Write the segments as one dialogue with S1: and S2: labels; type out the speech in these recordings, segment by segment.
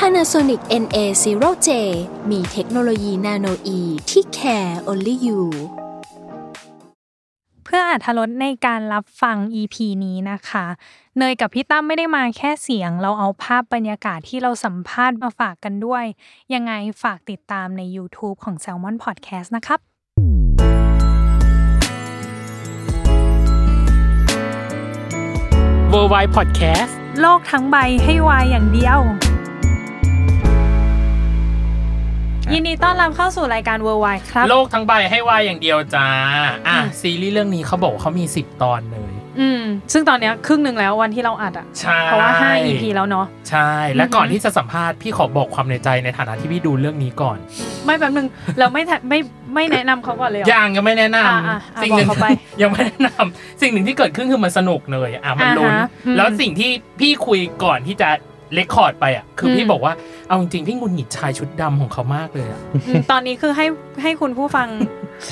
S1: Panasonic NA0J มีเทคโนโลยีนาโนอีที่ care only you
S2: เพื่ออาธรตในการรับฟัง EP นี้นะคะ เนยกับพี่ตั้มไม่ได้มาแค่เสียง เราเอาภาพบรรยากาศที่เราสัมภาษณ์มาฝากกันด้วย ยังไงฝากติดตามใน YouTube ของ Salmon Podcast นะครับ
S3: w o r l d w i d e Podcast
S2: โลกทั้งใบให้วายอย่างเดียว
S3: ะ
S2: ยินดีต้อนรับเข้าสู่รายการ Worldwide ครับ
S3: โลกทั้งใบให้วายอย่างเดียวจ้า อ่ะ
S2: อืม
S3: ซีรีส์เรื่องนี้เขาบอกว่าเขามี 10 ตอนเลย
S2: อืม ซึ่งตอนเนี้ยครึ่งหนึ่งแล้ววันที่เราอัดอะ
S3: ใช่
S2: เพราะว่า 5 EP แล้วเนาะ
S3: ใช่ และ
S2: อือหือ
S3: ก่อนที่จะสัมภาษณ์ พี่ขอบอกความในใจในฐานะที่พี่ดูเรื่องนี้ก่อน
S2: ไม่แป๊บนึง เราไม่ทันไม่ไม่แนะนำเขาก่อนเลยเหรอ
S3: ยังยังไม่แนะน
S2: อ่ะอ่ะ
S3: ำ
S2: อ่ะ
S3: สิ่งหนึ่ง
S2: บอกเขาไป
S3: ยังไม่แนะนำสิ่งหนึ่งที่เกิดขึ้นคือมันสนุกเลยอ่ะมัน
S2: อ่าฮะ
S3: ลุ้น
S2: อืม
S3: แล้วสิ่งที่พี่คุยก่อนที่จะเลคคอร์ดไปอ่ะคืออ
S2: ม
S3: พี่บอกว่าเอาจริงๆพี่หงุนหงิดชายชุดดำของเขามากเลยอ่ะ
S2: อืมตอนนี้คือให้ให้คุณผู้ฟัง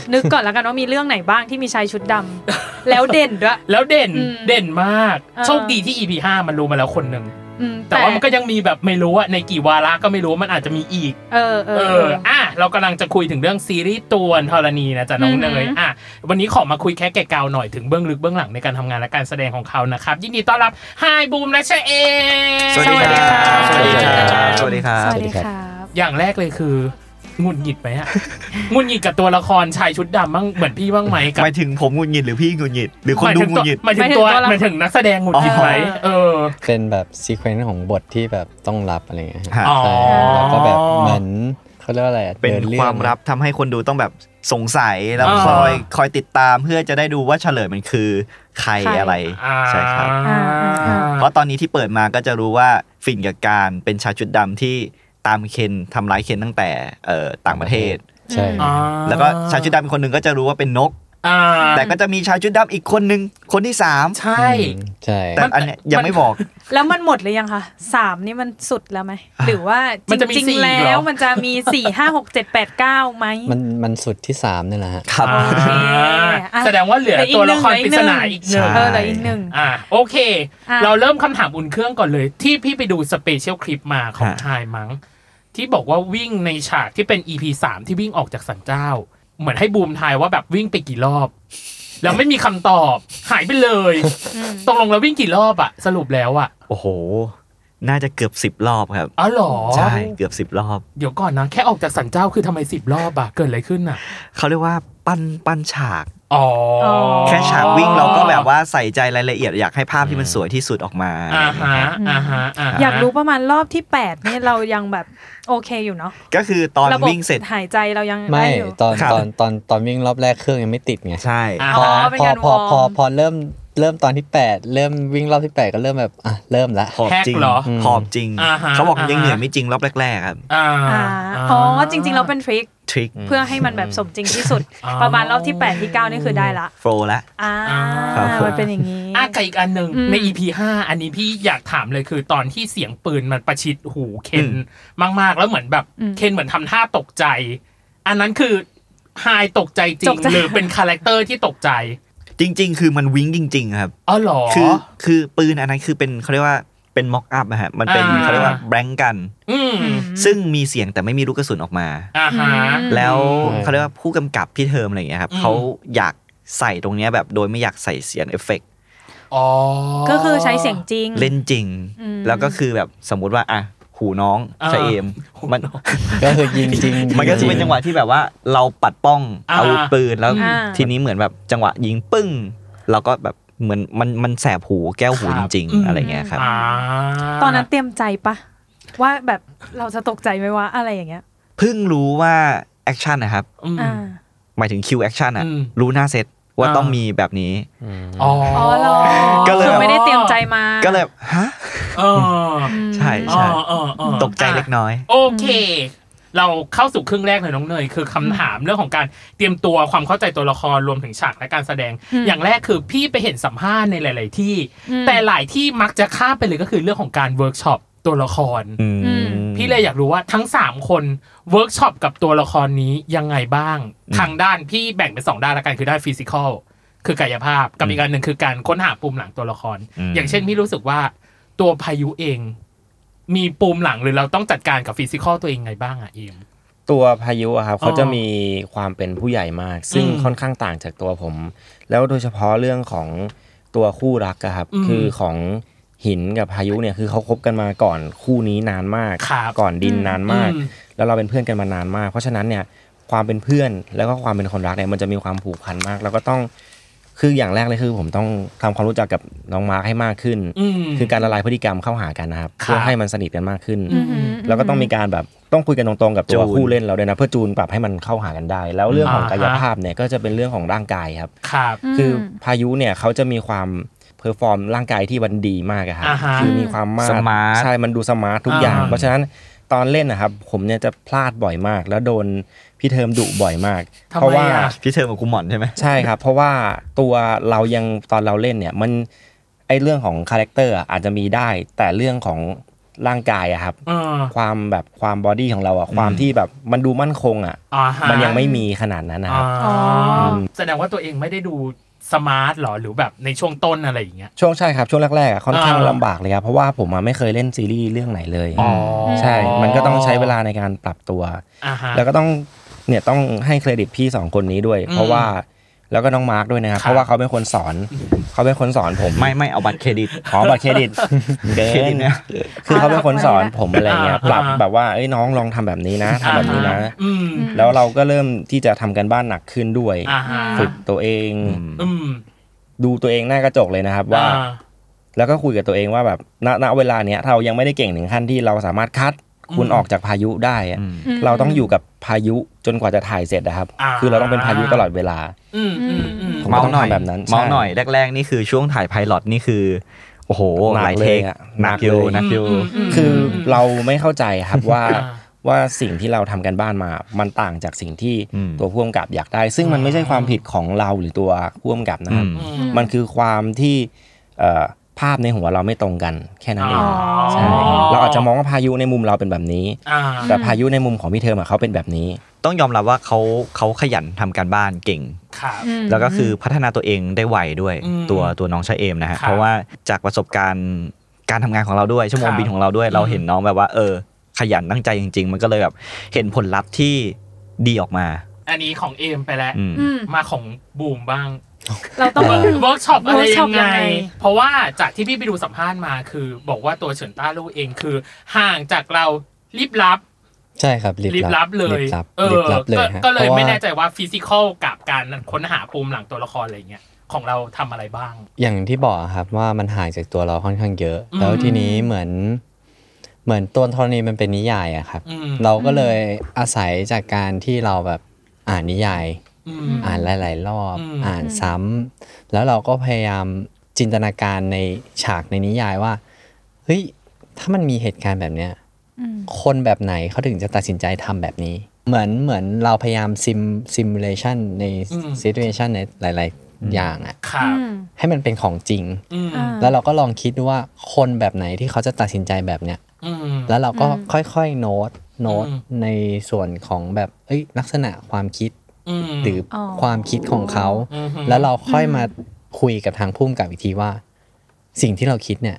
S2: นึกก่อนแล้วกันว่ามีเรื่องไหนบ้างที่มีชายชุดดำ แล้วเด่นด้วย
S3: แล้วเด่น
S2: อืม
S3: เด่นมาก
S2: อ่า
S3: โชคดีที่ EP ห้ามันรู้มาแล้วคนหนึ่ง
S2: อืม
S3: แต่ว่ามันก็ยังมีแบบไม่รู้ว่าในกี่วาระก็ไม่รู้ว่ามันอาจจะมีอีก
S2: เออเอ
S3: เอ
S2: อ
S3: ออ่ะเรากำลังจะคุยถึงเรื่องซีรีส์ตัวนธรณีนะจ๊ะน้อง
S2: อือหื
S3: เน
S2: อ
S3: ยอ่ะวันนี้ขอมาคุยแค่แก่กาวหน่อยถึงเบื้องลึกเบื้องหลังในการทำงานและการแสดงของเขานะครับ ยินดีต้อนรับไฮบูมและเชเอ
S4: สวัสดีครับ
S3: สวัสดีครั
S4: สวัสดีครับ บ
S2: ส
S4: ส
S2: วัส
S4: วัสดี
S2: ดี
S4: ค
S2: ครับ รับ
S3: อย่างแรกเลยคือหงุดหงิดไหมอะ หงุดหงิดกับตัวละครชายชุดดำบ้างเหมือนพี่บ้างไหมกั
S4: หมายถึงผมหงุดหงิดหรือพี่หงุดหงิดหรือคนดูหงุดหงิด
S3: หมายถึงตัวหมายถึงนักแสดงหงุดหงิดไหมเออ
S5: เป็นแบบซีเควนซ์ของบทที่แบบต้องรับอะไรเงี้ย
S4: ฮะ
S5: ฮะใช่
S3: อ๋อ
S5: แล้วก็แบบเหมือนเขาเรียกว่าอะไรอะ
S4: เป็น
S5: ดิรื่อง
S4: ความลับทำให้คนดูต้องแบบสงสัยแล้ว
S3: อ่า
S4: คอยคอยติดตามเพื่อจะได้ดูว่าเฉลยมันคือใครอะไร
S3: อ่า
S4: ใช่ครับ
S2: า
S4: เพราะตอนนี้ที่เปิดมาก็จะรู้ว่าฝิ่นกับการเป็นชายชุดดำที่ตามเคนทำร้ายเคนตั้งแต่เอ่อต่างประเทศ
S5: ใช่
S3: อ่า
S4: แล้วก็ชายชุดดำอีกคนหนึ่งก็จะรู้ว่าเป็นนก
S3: อ่า
S4: แต่ก็จะมีชายชุดดำอีกคนหนึ่งคนที่สาม
S3: ใช่
S5: อืมใช่
S4: แต่อันเนี้ยยังไม่บอก
S2: แล้วมันหมดหรือยังคะสามนี่มันสุดแล้วไหม หรือว่าจ
S3: มันจะมี
S2: ริง
S3: สี่
S2: ๆ
S3: เหรอ
S2: แล้วมันจะมีสี่ ห้าหกเจ็ดแปดเก้าไหม
S5: มันมันสุดที่สามนี่แหละฮะ
S4: ครับ
S3: อ่า
S2: โอเคอ่ะ
S3: แสดงว่าเหลือ
S2: แต่อีก
S3: ตัว
S2: หนึ่
S3: ละ
S2: ง
S3: ครปริศนา
S2: เหลืออี
S3: อี
S2: ก
S3: ก
S2: ห
S3: ห
S2: นึ่
S3: นึ่
S2: ง
S3: ง
S2: เออเหลืออีกหนึ่ง
S3: อ่าโอเค
S2: อ่ะ
S3: เราเริ่มคำถามอุ่นเครื่องก่อนเลย ที่พี่ไปดูสเปเชียลคลิปมาของ
S4: ฮะ
S3: ชายมั้ง ที่บอกว่าวิ่งในฉากที่เป็น EP สามที่วิ่งออกจากสันเจ้า เหมือนให้บูมทายว่าแบบวิ่งไปกี่รอบ แล้วไม่มีคำตอบ หายไปเลยตกลงแล้ววิ่งกี่รอบอะสรุปแล้วอะ
S4: โอ้โห น่าจะเกือบสิบรอบครับ
S3: อ๋อเหรอ
S4: ใช่เกือบสิบรอบ
S3: เดี๋ยวก่อนนะแค่ออกจากสันเจ้าคือทำไมสิบรอบอะเกิดอะไรขึ้นอะ
S4: เขาเรียกว่าปั้นปั้นฉาก
S3: อ๋ออ
S4: แค่ฉากวิ่งเราก็แบบว่าใส่ใจรายละเอียดอยากให้ภาพที่มันสวยที่สุดออกมา
S3: อ่าฮะอ่าฮะอ่าฮะ
S2: อยากรู้ประมาณรอบที่แปดนี่เรายังแบบโอเคอยู่เนาะ
S4: ก็คือตอน
S2: ระบบ
S4: วิ่งเสร็จ
S2: หายใจเรายัง
S5: ไม่
S2: ด้อยู่
S5: ตอน
S4: ครับ
S5: ตอนตอนตอนวิ่งรอบแรกเครื่องยังไม่ติดไง
S4: ใช่
S3: อ่า
S5: พอ
S3: ฮะ
S2: เป็น
S5: พอ
S2: การ
S5: พอ
S2: วอร์ม
S5: พอพอเริ่มเริ่มตอนที่แปดเริ่มวิ่งรอบที่แปดก็เริ่มแบบอ่ะเริ่มละ
S4: หอบ
S3: แฮก
S4: จริง
S3: เหรอ
S5: ม
S4: หอบจริง
S3: อ่าฮะ
S4: เขาบอก
S3: อ่าฮะ
S4: ยังเหนื่อยไม่จริงรอบแรกๆครับ
S3: อ่า
S2: อ่าอ๋อจริงๆเราเป็นทริค
S4: ทริค
S2: เพื่อให้มันแบบสมจริงที่สุด ประมาณรอบที่ 8 ที่ 9 นี่คือได้ละ
S4: โฟลละ
S2: อ่า
S4: ครับผม
S2: มันเป็นอย่างนี้
S3: อ่ะกับอีกอันหนึ่ง
S2: อืม
S3: ใน EP 5 อันนี้พี่อยากถามเลยคือตอนที่เสียงปืนมันประชิดหูเคนมาก ๆ แล้วเหมือนแบบเคนเหมือนทำท่าตกใจ อันนั้นคือไฮตกใจจริง หรือเป็นคาแรคเตอร์ที่ตกใจ
S4: จริง ๆ คือมันวิ่งจริง ๆ ครับ
S3: อ๋อเหรอ
S4: คือคือปืนอันนั้นคือเป็นเขาเรียกว่าเป็นม็อกอัพนะฮะ มันเป็น
S3: อ่า
S4: เขาเรียกว่าแบงกัน
S3: อืม
S4: ซึ่งมีเสียงแต่ไม่มีลูกกระสุนออกมา
S3: อ่าฮะ
S4: แล้ว
S5: อืม
S4: เขาเรียกว่าผู้กำกับพี่เทอมอะไรอย่างเงี้ยครับ
S3: อืม
S4: เขาอยากใส่ตรงเนี้ยแบบโดยไม่อยากใส่เสียงเอฟเฟกต์
S3: อ๋อ
S2: ก็คือใช้เสียงจริง
S4: เล่นจริง
S2: อืม
S4: แล้วก็คือแบบสมมุติว่าอ่ะหูน้อง
S3: อ่า
S4: ชะเอมมัน
S5: ก็คือยิงจริง
S4: มัน ก็จะเป็นจังหวะที่แบบว่าเราปัดป้อง
S3: อ่า
S4: อาวุธปืนแล้ว
S3: อ่า
S4: ทีนี้เหมือนแบบจังหวะยิงปึ้ง เราก็แบบเหมือนมันมันแสบหูแก้วหู
S3: ค
S4: จ
S3: รับ
S4: ริง
S3: อืม
S4: ๆ อะไรเงี้ยครับ
S3: อ่า
S2: ตอนนั้นเตรียมใจปะ ว่าแบบเราจะตกใจไหมว่าอะไรอย่างเงี้ย
S4: เพิ่งรู้ว่าแอคชั่นนะครับ
S3: อืม
S2: อ่า
S4: หมายถึงคิวแอคชั่นอะ
S3: อืม
S4: รู้หน้าเซตว่า
S3: อ่า
S4: ต้องมีแบบนี้
S5: อืม
S3: อ๋อ
S2: อ๋อเหรอ
S4: ก็เลย
S2: คือไม่ได้เตรียมใจมา
S4: ก็เลยฮะ
S3: เออ
S2: อืม
S4: ใช่
S3: อ๋อ
S4: ใช่
S3: อ๋ออ๋อ
S4: ตกใจเล็กน้อย
S3: โอเค เราเข้าสู่ครึ่งแรกเลยน้องเนยคือคำถามเรื่องของการเตรียมตัวความเข้าใจตัวละครรวมถึงฉากและการแสดง
S2: อืม
S3: อย่างแรกคือพี่ไปเห็นสัมภาษณ์ในหลาย ๆ ที่
S2: อืม
S3: แต่หลายที่มักจะข้ามไปเลยก็คือเรื่องของการเวิร์กช็อปตัวละคร
S4: อืม
S2: อืม
S3: พี่เลยอยากรู้ว่าทั้ง 3 คนเวิร์กช็อปกับตัวละครนี้ยังไงบ้าง
S4: อืม
S3: ทางด้านพี่แบ่งเป็น 2 ด้านละกันคือด้านฟิสิกอลคือกายภาพกับอีกอันหนึ่งคือการค้นหาปุ่มหลังตัวละคร อย่างเช่นพี่รู้สึกว่าตัวพายุเอง มีปุ่มหลังหรือเราต้องจัดการกับฟิสิกอลตัวเองไงบ้างอะเอม
S5: ตัวพายุอะครับ
S3: อ๋
S5: เขา
S3: อ
S5: จะมีความเป็นผู้ใหญ่มาก ซึ่ง
S3: อืม
S5: ค่อนข้างต่างจากตัวผม แล้วโดยเฉพาะเรื่องของตัวคู่รักอะครับ
S3: อืม
S5: คือของหินกับพายุเนี่ยคือเขาคบกันมาก่อนคู่นี้นานมาก
S3: ครับ
S5: ก่อนดินนานมาก
S3: อืม
S5: แล้วเราเป็นเพื่อนกันมานานมาก เพราะฉะนั้นเนี่ยความเป็นเพื่อนแล้วก็ความเป็นคนรักเนี่ยมันจะมีความผูกพันมาก แล้วก็ต้องคืออย่างแรกเลยคือ ผมต้องทำความรู้จักกับน้องมาร์คให้มากขึ้น
S3: อืม
S5: คือการละลายพฤติกรรมเข้าหากันนะครับ
S3: ครับ
S5: เพื่อให้มันสนิทกันมากขึ้น
S2: อืมอืม
S5: แล้วก็ต้องมีการแบบต้องคุยกันตรงๆกับตัว
S4: จูน
S5: คู่เล่นเราด้วยนะเพื่อจูนปรับให้มันเข้าหากันได้ แล้วเรื่องของ
S3: อ่าฮะ
S5: กายภาพเนี่ยก็จะเป็นเรื่องของร่างกายครับ
S3: ครับ
S5: คือพายุเนี่ยเขาจะมีความเพอร์ฟอร์มร่างกายที่มันดีมากอะครับ
S3: อ่าฮะ
S5: คือมีความมา
S4: สมาร์ท
S5: ใช่มันดูสมาร์ททุกอย่าง
S3: อ่า
S5: เพราะฉะนั้นตอนเล่นนะครับ ผมเนี่ยจะพลาดบ่อยมาก แล้วโดนพี่เทอมดุบ่อยมาก
S3: ทำ
S5: เพราะ
S3: ไม
S5: ว่า
S3: อะ
S4: พี่เธอกับคุณหมอนใช่ไหม
S5: ใช่ครับ เพราะว่าตัวเรายังตอนเราเล่นเนี่ยมันไอเรื่องของคาแรคเตอร์อะอาจจะมีได้ แต่เรื่องของร่างกายอะครับ
S3: เออ
S5: ความแบบความบอดี้ของเราอะความ
S4: อืม
S5: ที่แบบมันดูมั่นคงอะ
S3: อ่าฮะ
S5: มันยังไม่มีขนาดนั้นนะครับ
S3: อ๋ออ
S2: ม
S3: แสดงว่าตัวเองไม่ได้ดูสมาร์ทหรอหรือแบบในช่วงต้นอะไรอย่างเงี้ย
S5: ช่วงใช่ครับช่วงแรกๆอะค่อนข้าง
S3: อ่า
S5: ลำบากเลยครับเพราะว่าผมอะไม่เคยเล่นซีรีส์เรื่องไหนเลย
S3: อ๋อ
S5: ใช่ มันก็ต้องใช้เวลาในการปรับตัว
S3: อ่าฮะ
S5: แล้วก็ต้องเนี่ยต้องให้เครดิตพี่สองคนนี้ด้วย
S3: อืม
S5: เพราะว่าแล้วก็น้องมาร์คด้วยนะครับ
S3: ครับ
S5: เพราะว่าเขาเป็นคนสอน เขาเป็นคนสอนผม
S4: ไม่ไม่เอาบัตรเครดิต
S5: ขอบัตรเคร ดิตเกิ
S4: เครดิ
S5: น
S4: ตเนี่ย
S5: คือเขาเป็นคนสอนผมอะไรเงี้ย
S3: อ่า
S5: ปรับ
S3: อ่า
S5: แบบว่าเอ้ยน้องลองทำแบบนี้นะทำแบบนี้นะ
S3: อ่าฮอืม
S5: แล้วเราก็เริ่มที่จะทำกันบ้านหนักขึ้นด้วย
S3: อ่าฮะ
S5: ฝึกตัวเอง
S3: อืม
S5: ดูตัวเองหน้ากระจกเลยนะครับว่า
S3: อ่
S5: แล้วก็คุยกับตัวเองว่าแบบณณเวลาเนี้ยเรายังไม่ได้เก่งถึงขั้นที่เราสามารถคัดคุณ
S3: อืม
S5: ออกจากพายุได้อะ
S4: อืม
S2: ม
S5: เราต้องอยู่กับพายุจนกว่าจะถ่ายเสร็จนะครับ
S3: อ่า
S5: คือเราต้องเป็นพายุตลอดเวลา
S3: อืมอืมอืม
S5: ผมก็
S4: เมา
S5: ต้อง
S4: หน่อย
S5: ทำแบบนั้นใช่
S4: เมาหน่อยแรก ๆ นี่คือช่วงถ่ายไพลอตนี่คือ โอ้โห
S5: หนัก
S4: หลาย
S5: เลย
S4: เทค
S5: อะ
S4: หนักอยู่
S5: ห
S4: ห
S5: นั
S4: นั
S5: ก
S4: ก
S5: เล
S4: อย ยู่
S3: ม
S5: คือ
S3: อืม
S5: เราไม่เข้าใจครับ ว่า
S3: อ่า
S5: ว่าสิ่งที่เราทำกันบ้านมา มันต่างจากสิ่งที่
S4: อืม
S5: ตัวพ่วงกับอยากได้ ซึ่งมันไม่ใช่ความผิดของเราหรือตัวพ่วงกับนะครับ
S3: อืม
S5: มันคือความที่เอ่อภาพในหัวเราไม่ตรงกันแค่นั้นเองใช่เราอาจจะมองว่าพายุในมุมเราเป็นแบบนี้
S3: อ่า
S5: แต่พายุในมุมของพี่เทอมอะเขาเป็นแบบนี้
S4: ต้องยอมรับว่าเขาเขาขยันทำการบ้านเก่ง
S3: ครับ
S2: ม
S4: แล้วก็คือพัฒนาตัวเองได้ไวด้วย
S3: อืม
S4: ตัวตัวน้องชายเอมนะ
S3: ครั
S4: ฮะ
S3: บ
S4: เพราะว่าจากประสบการณ์การทำงานของเราด้วยชั่วโมง
S3: ครับ
S4: บินของเราด้วย เรา
S3: อืม
S4: เห็นน้องแบบว่า เออ ขยันตั้งใจจริง ๆ มันก็เลยแบบเห็นผลลัพธ์ที่ดีออกมา
S3: อันนี้ของเอมไปแล้ว
S4: อืม
S2: อืม
S3: มาของบูมบ้าง
S2: เราต้อง
S3: เวิร์กช็อปอะไรยัง
S2: workshop ยั
S3: ไง
S2: งไง
S3: เพราะว่าจากที่พี่ไปดูสัมภาษณ์มาคือ บอกว่าตัวเฉินต้าลู่เองคือ ห่างจากเราลิบลับ
S6: ใช่ครับลิ
S3: ลิบลับเลย
S6: ลิบลับ
S3: เอ
S6: ลิ
S3: อบ
S6: ลับเล
S3: ก็
S6: ยฮะ
S3: ก็เลย
S6: พราะว่า
S3: ไม่แน่ใจว่าฟิสิกอลกับการค้นหาปูมหลังตัวละครอะไรเงี้ยของเราทำอะไรบ้าง
S6: อย่างที่บอกอะครับว่ามันห่างจากตัวเราค่อนข้างเยอะ
S3: อืม
S6: แล้วทีนี้เหมือน เหมือนตัวธรณีมันเป็นนิยายอะครับ
S3: อืม
S6: เราก็เลยอาศัยจากการที่เราแบบอ่านนิยาย
S3: อืม
S6: อ่านหลาย ๆ รอบ
S3: อืม
S6: อ่านซ้ำแล้วเราก็พยายามจินตนาการในฉากในนิยายว่า เฮ้ย ถ้ามันมีเหตุการณ์แบบเนี้ย
S2: อืม
S6: คนแบบไหนเขาถึงจะตัดสินใจทำแบบนี้ เหมือนเหมือนเราพยายามซิมซิมูเลชันใน
S3: อืม
S6: ซิ t u เ t ชันในหลาย ๆ อย่างอะ
S3: ครับ
S6: ให้มันเป็นของจริง
S3: อืม
S6: แล้วเราก็ลองคิดดูว่าคนแบบไหนที่เขาจะตัดสินใจแบบเนี้ย
S3: อืม
S6: แล้วเราก็
S2: อืม
S6: ค่อย ๆ โน้ตโน้ต
S3: อืม
S6: ในส่วนของแบบเอ้ยลักษณะความคิด
S3: อืม
S6: หรืออ
S2: อ
S6: ความคิดของเขา
S3: อืม
S6: แล้วเราค่อยมาคุยกับทางพุ่มกับอีกทีว่า สิ่งที่เราคิดเนี่ย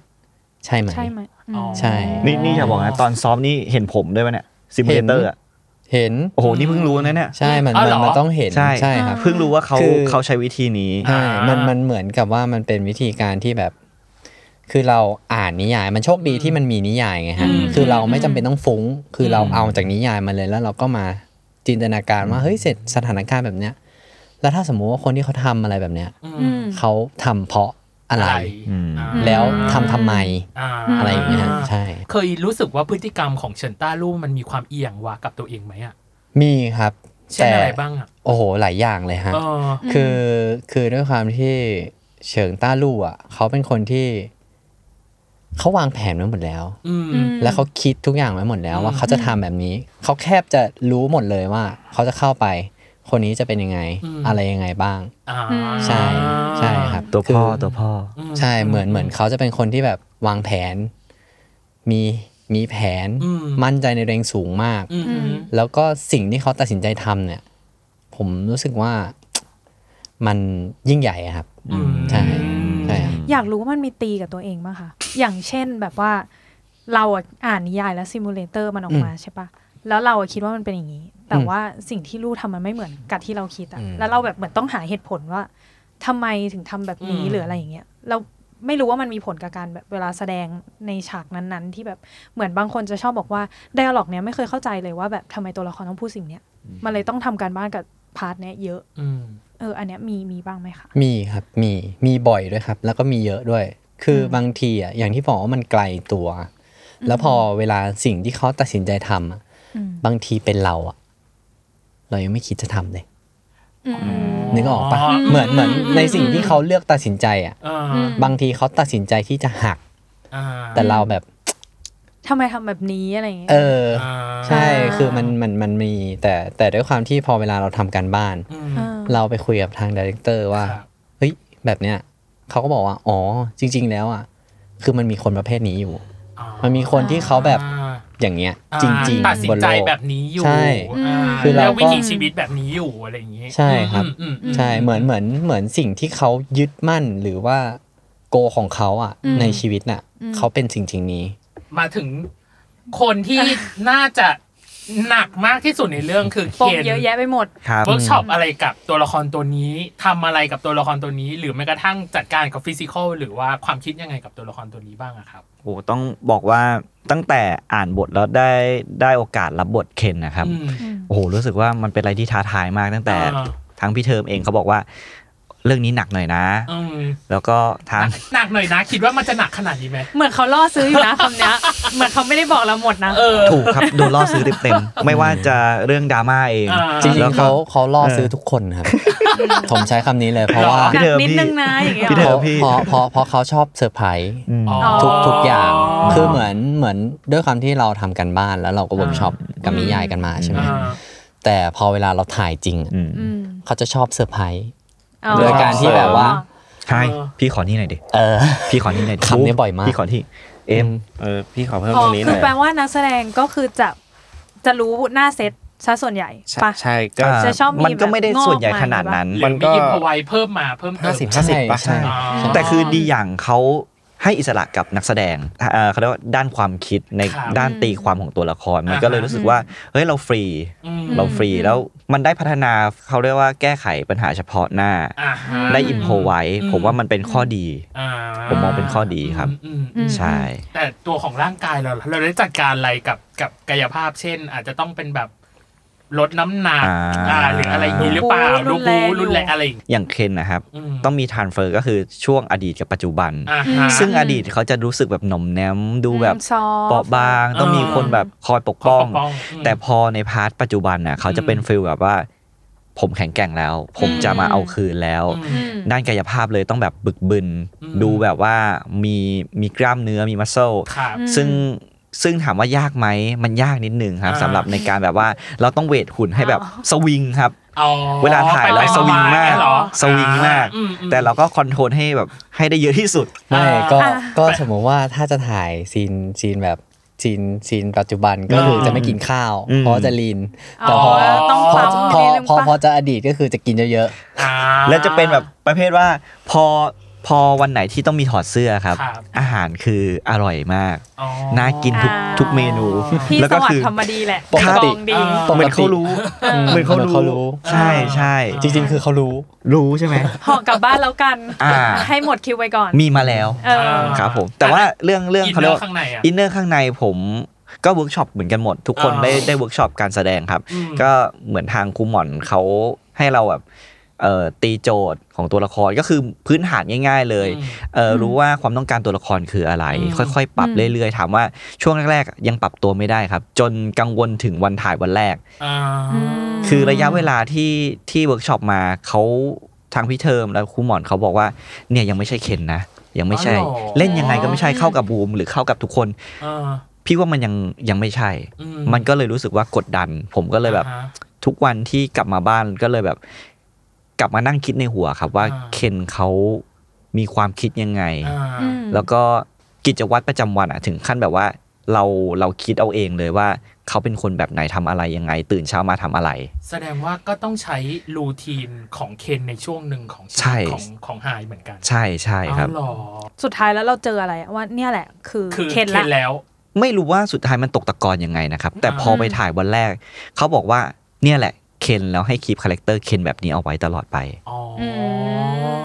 S6: ใช่ไหม
S2: ใช่ไหมอืม
S3: อ๋อ
S6: ใช่
S4: นี่นี่อย่าบอกนะตอนซ้อมนี่เห็นผมด้วยปะเนี่ยซิมูเลเตอร์
S6: เห็น
S4: โอ้โหนี่เพิ่งรู้นะเนี่ย
S6: ใช่มัน
S3: อ๋อ
S6: มั
S3: เหร
S6: น
S3: อ
S6: มันต้องเห็น
S4: ใช่
S6: ครับ
S4: เพิ่งรู้ว่าเขา
S6: คือ
S4: เขาใช้วิธีนี้
S6: ใช่มัน
S3: อ่ามั
S6: มันเหมือนกับว่ามันเป็นวิธีการที่แบบ คือเราอ่านนิยาย มันโชคดีที่มันมีนิยายไงฮะ
S3: อืม
S6: คือเราไม่จำเป็นต้องฟุ้ง คืออ
S3: ม
S6: เราเอาจากนิยายมาเลยแล้วเราก็มาจินตนาการว่าเฮ้ยเสร็จสถานการณ์แบบเนี้ย แล้วถ้าสมมุติว่าคนที่เขาทำอะไรแบบเนี้ย
S3: อืม
S2: อืม
S6: เขาทำเพราะอะไร
S4: อืม
S3: อ่า
S6: แล้วทำทำไม
S3: อา
S6: อะไรอย่างเงี้ยฮะใช่
S3: เคยรู้สึกว่าพฤติกรรมของเฉินต้าลู่มันมีความเอียงวากับตัวเองไหมอ่ะ
S6: มีครับ
S3: เช่นอะไรบ้างอ่ะ
S6: โอ้โห หลายอย่างเลยฮะ
S3: เออ
S6: คือคือด้วยความที่เฉิงต้าลู่อ่ะ เขาเป็นคนที่ เขาวางแผนไว้หมดแล้ว
S3: อืม
S2: อืม
S6: แล้วเขาคิดทุกอย่างไว้หมดแล้วว่า
S3: อืม
S6: เขาจะทำแบบนี้ เขาแคบจะรู้หมดเลยว่า เขาจะเข้าไป คนนี้จะเป็นยังไง อะไรยังไงบ้าง
S3: อ่า
S6: ใช่ใช่ครับ
S4: ตัวพ่อ
S6: คือ
S4: ตัวพ่อ
S3: ม
S6: ใช่เหมือนเหมือนเขาจะเป็นคนที่แบบวางแผน มีมีแผน
S3: อืม
S6: มั่นใจในตัวเองสูงมาก
S3: อืมอืม
S6: แล้วก็สิ่งที่เขาตัดสินใจทำเนี่ย ผมรู้สึกว่า มันยิ่งใหญ่อะครับ
S3: อืม
S6: ใช่ใช่ครับ
S2: อยากรู้ว่ามันมีตีกับตัวเองบ้างคะอย่างเช่นแบบว่า เราอะอ่านนิยายแล้วซิมูเลเตอร์มันออกมาใช่ปะแล้วเราอะคิดว่ามันเป็นอย่างนี้ แต่
S6: อืม
S2: ว่าสิ่งที่ลูกทำมันไม่เหมือนกับที่เราคิดอะ
S5: อืม
S2: แล้วเราแบบเหมือนต้องหาเหตุผลว่าทำไมถึงทำแบบนี้
S3: อืม
S2: หรืออะไรอย่างเงี้ยเราไม่รู้ว่ามันมีผลกับการแบบเวลาแสดงในฉากนั้นๆ ที่แบบเหมือนบางคนจะชอบบอกว่าไดอะล็อกเนี้ยไม่เคยเข้าใจเลยว่าแบบทำไมตัวละครต้องพูดสิ่งเนี้ยมันเลยต้องทำการบ้านกับพาร์ทเนี้ยเยอะ
S3: อืม
S2: เอออันเนี้ยมีมีบ้างไหมคะ
S6: มีครับมีมีบ่อยด้วยครับ แล้วก็มีเยอะด้วย คืออ
S2: ม
S6: บางทีอ่ะอย่างที่บอกว่ามันไกลตัว แล้วพอเวลาสิ่งที่เขาตัดสินใจทำอะ
S2: อืม
S6: บางทีเป็นเราอ่ะ เรายังไม่คิดจะทำเลย
S2: อืม
S6: นึกออกปะ
S3: อืม
S6: เหมือนเหมือน
S2: อืม
S6: ในสิ่งที่เขาเลือกตัดสินใจอ่ะ
S3: อ่า
S2: อืม
S6: บางทีเขาตัดสินใจที่จะหัก
S3: อ่า
S6: แต่เราแบบ
S2: ทำไมทำแบบนี้อะไรอย่างเงี้ย
S6: เออ
S3: อ่า
S6: ใช่
S2: อ่า
S6: คือมันมันมันมี แต่แต่ด้วยความที่พอเวลาเราทำการบ้าน
S3: อืม
S2: เออ
S6: เราไปคุยกับทางดีเรคเตอร์ว่า
S3: ครับ
S6: เฮ้ยแบบเนี้ยเขาก็บอกว่า อ๋อ จริง ๆ แล้วอ่ะ คือมันมีคนประเภทนี้อยู่
S3: อ่า
S6: มันมีคนที่เขาแบบ
S3: อ่า
S6: อย่างเงี้ย
S3: อ่า
S6: จริง
S3: ตัดสิ
S6: ๆ บ
S3: น
S6: น
S3: ใจ
S6: โลก
S3: แบบนี้อยู่
S6: ใช่
S3: อ่า
S6: คือเราก็
S3: แล้ววิถีชีวิตแบบนี้อยู่อะไรอย่างงี้
S6: ใช่ครับ
S3: อืมอืมอืม
S6: ใช่เหมือนเหมือนเหมือนสิ่งที่เขายึดมั่นหรือว่าโกของเขาอ่ะ
S2: อืม
S6: ในชีวิตน่ะ
S2: อืม
S6: เขาเป็นสิ่งสิ่งนี้
S3: มาถึงคนที่ น่าจะหนักมากที่สุดในเรื่องคือ
S2: ปม
S3: เคน
S2: เยอะแยะไปหมด
S4: ครับ
S3: เวิร์กช็อปอะไรกับตัวละครตัวนี้ทำอะไรกับตัวละครตัวนี้ หรือแม้กระทั่งจัดการกับฟิสิกอลหรือว่าความคิดยังไงกับตัวละครตัวนี้บ้างอะครับ
S4: โอ้ต้องบอกว่าตั้งแต่อ่านบทแล้วได้ได้โอกาสรับบทเคนนะครับ
S3: อืม
S4: โอ้โหรู้สึกว่ามันเป็นอะไรที่ท้าทายมากตั้งแต่
S3: อ่า
S4: ทั้งพี่เทอมเองเขาบอกว่า เรื่องนี้หนักหน่อยนะ
S3: อืม
S4: แล้วก็ทั้ง
S3: หนักหน่อยนะ คิดว่ามันจะหนักขนาดนี้ไหม
S2: เหมือนเขาล่อซื้ออยู่นะ คำเนี้ยเหมือนเขาไม่ได้บอกเราหมดนะ
S3: เออ
S4: ถูกครับ โดนล่อซื้อเต็มๆ ไม่ว่าจะเรื่องดราม่าเอง
S3: อ่า
S6: จริ
S4: แล้ว
S6: งๆ
S4: ก็
S6: เขาเขาล่อ
S4: เออ
S6: ซื้อทุกคนครับ ผมใช้คำนี้เลยเพราะว่า
S2: หนักนิดนึงนะอย่างเงี้ย
S4: พี่เดิ
S2: ห
S6: เพ
S2: รอ
S4: ม
S6: ราะ
S4: พี่
S6: เพราะเพราะเพราะเขาชอบเซอร์ไพรส์
S4: อืม
S3: อ๋อ
S6: ทุกทุกอย่าง
S3: อ๋อ
S6: คือเหมือนเหมือนด้วยความที่เราทำกันบ้านแล้วเราก็เวิร์กช็อปกับนิยายกันมาใช่ไหม
S3: อ่า
S6: แต่พอเวลาเราถ่ายจริงอะ
S4: อืม
S2: อืม
S6: เขาจะชอบเซอร์ไพรส์
S2: อ๋อ
S6: โดยการที่แบบว่า
S4: ใช่พี่ขอนี่หน่อยดิ
S6: เออ
S4: พี่ขอนี่หน่อยดิ
S6: คำนี้บ่อยมาก
S4: พี่ขอที่ เอ็ม
S5: เออพี่ขอเพิ่ม
S2: อ๋
S5: ต
S2: อ
S5: รงนี้ห
S2: คื
S5: น่
S2: อ
S5: อย
S2: แปลว่านักแสดงก็คือจะจะรู้หน้าเซตซะส่วนใหญ่
S5: ใช่
S2: ปะ
S5: ใช่ก็
S4: อ่า
S2: จะชอบมี
S4: มันก็ไม่ได้
S2: แบบงอก
S4: ส่วนใหญ่
S2: มา
S4: ขนาดนั้น
S3: หรือ
S5: มันก็
S3: มีอิมพอไวเพิ่มมาเพิ่มเติ
S5: ห้าม สิบห้าสิบปะ
S6: ใช่
S3: อ่า
S4: แต่คือดีอย่างเขาให้อิสระกับนักแสดงเอ่อเขาเรียกว่าด้านความคิดใน
S3: ครับ
S4: ด้านตีความของตัวละคร มัน
S3: อ่าฮะ
S4: ก็เลยรู้สึกว่า เฮ้ย เราฟรี
S3: อืม
S4: เราฟรี
S2: อืม
S4: แล้วมันได้พัฒนาเขาเรียกว่าแก้ไขปัญหาเฉพาะหน้า
S3: อ่าฮะ
S4: ได้อิมโพไว้
S3: อืม
S4: ผมว่ามันเป็นข้อดี
S3: อ่า
S4: ผมมองเป็นข้อดีครับ
S3: อืมอืม
S2: อืม
S4: ใช่
S3: แต่ตัวของร่างกายเราล่ะเราได้จัดการอะไรกับกับกายภาพเช่น อาจจะต้องเป็นแบบลดน้ำหนัก
S4: อ่า
S3: อ่าหรืออะไรอย่างนี้หรือเปล่า
S2: รุ
S3: ลู
S2: น
S3: ก
S2: แร
S3: บู
S2: งอยู่
S3: รุนแรงอะไรอย่างงี้
S4: อย่างเคนนะครับ
S3: ม
S4: ต้องมีทานเฟอร์ก็คือช่วงอดีตกับปัจจุบัน
S3: อ่าฮะ
S4: ซึ่งอดีตเขาจะรู้สึกแบบหน่อมแนมดูแบบ
S2: ซอฟต์
S4: เปราะบาง ต้องมีคนแบบคอยปก
S3: คอยปกป้
S4: ป้
S3: อ
S4: อง ง แต่พอในพาร์ทปัจจุบันน่ะเขาจะเป็นฟิลแบบว่า ผมแข็งแกร่งแล้ว ผมจะมาเอาคืนแล้ว
S3: อืม
S4: ด้านกายภาพเลยต้องแบบบึกบึน
S3: อืม
S4: ดูแบบว่ามีมีกล้ามเนื้อมีมัสเซล
S3: ครับ
S4: ซึ่งซึ่งถามว่ายากไหมมันยากนิดหนึ่งครับ
S3: อ่า
S4: สำหรับในการแบบว่าเราต้องเวทหุ่นให้แบบสวิงครับ
S3: อ๋อ
S4: เวลาถ่ายแล้ว
S3: ไปๆ
S4: สวิงมาก
S3: เหรอ
S4: สวิงมาก
S3: อือืม
S4: แต่เราก็คอนโทรลให้แบบให้ได้เยอะที่สุด
S6: ไม่
S3: อ่า
S6: ก็
S2: อ่า
S6: ก็สมมติว่าถ้าจะถ่ายซีนซีนแบบซีนซีนปัจจุบันก็คือจะไม่กินข้าว
S4: อืม
S6: เพราะจะลีน
S2: อ๋
S6: แต่
S2: อ
S6: พอ
S2: ต้อง
S6: พ
S2: ป
S6: อ
S2: รับ
S6: พอ
S2: นิดนึง
S6: พอ
S2: ปะ
S6: พอจะอดีตก็คือจะกินเยอะ
S3: า
S4: แล้วจะเป็นแบบประเภทว่าพอพอวันไหนที่ต้องมีถอดเสื้อครับ
S3: ครับ
S4: อาหารคืออร่อยมาก
S3: อ๋อ
S4: น่ากินทุก
S2: อ่า
S4: ทุกเมนู
S2: พี่
S4: แล้ว
S2: ส
S4: ก็
S2: วัส
S4: คือ
S2: ดิ์ธรรมดีแหละ
S6: ปกติ
S2: องดี
S3: อ่า
S6: ป
S4: เห
S6: ก
S4: มือน
S6: ติ
S4: เขารู้
S6: อื
S4: เหมือนเขารู้
S6: เขารู้
S4: ใช่ใช่
S3: อ่า
S6: จริง ๆ คือเขารู้
S4: รู้ใช่ไหม
S2: ห่อกลับบ้านแล้วกัน
S4: อ่า
S2: ให้หมดคิวไปก่อน
S4: มีมาแล้ว
S2: เออ
S4: ครับผม แต่ว่าเรื่องเรื่อง
S3: อิน
S4: เขา
S3: เน
S4: เรีย
S3: อก ร์
S4: ว่า
S3: ข้างในอ่ะ
S4: อินเนอร์ข้างในผมก็เวิร์กช็อปเหมือนกันหมด ทุกคน
S3: อ่า
S4: ได้ได้เวิร์กช็อปการแสดงครับ
S3: อืม
S4: ก็เหมือนทางครูหมอนเขาให้เราแบบเอ่อตีโจทย์ของตัวละครก็คือพื้นฐานง่าย ๆ เลย
S3: อืม
S4: เอ่ออ
S2: ม
S4: รู้ว่าความต้องการตัวละครคืออะไร
S3: อืม
S4: ค่อยๆ ปรับ
S2: อืม
S4: เรื่อยๆถามว่าช่วงแรกๆ ยังปรับตัวไม่ได้ครับ จนกังวลถึงวันถ่ายวันแรก
S3: อ่า
S2: ม
S4: คือระยะเวลาที่ที่เวิร์กช็อปมาเขาทางพี่เทอมแล้วครูหมอนเขาบอกว่าเนี่ยยังไม่ใช่เคนนะ ยังไม่ใช่
S3: อ๋อเหรอ
S4: เล่นยังไงก็ไม่ใช่เข้ากับบูมหรือเข้ากับทุกคน
S3: อ่า
S4: พี่ว่ามันยังยังไม่ใช่
S3: อื
S4: มันก็เลยรู้สึกว่ากดดัน ผมก็เลยแบบ
S3: อ่าฮะ
S4: ทุกวันที่กลับมาบ้านก็เลยแบบ กลับมานั่งคิดในหัวครับว่า
S3: อ่า
S4: เคนเขามีความคิดยังไง
S3: อ่า
S7: อืม
S4: แล้วก็กิจวัตรประจำวันอะถึงขั้นแบบว่า เราเราคิดเอาเองเลยว่าเขาเป็นคนแบบไหนทำอะไรยังไง ตื่นเช้ามาทำอะไร
S3: แสดงว่าก็ต้องใช้รูทีนของเคนในช่วงหนึ่งของ
S4: ใช่
S3: ชีวิตของของไฮเหมือนกัน
S4: ใช่ใช่ครับ
S3: เอาเหรอ
S2: สุดท้ายแล้วเราเจออะไรอะว่าเนี่ยแหละ คือ
S3: คือ
S2: เค
S3: เคน น
S2: ละ
S3: แล้ว
S4: ไม่รู้ว่าสุดท้ายมันตกตะกอนยังไงนะครับ แต่
S3: อ่า
S4: พอไปถ่ายวันแรก เขาบอกว่าเนี่ยแหละเคนแล้วให้คีปคาแรคเตอร์เคนแบบนี้เอาไว้ตลอดไป
S3: อ๋ออ
S7: อื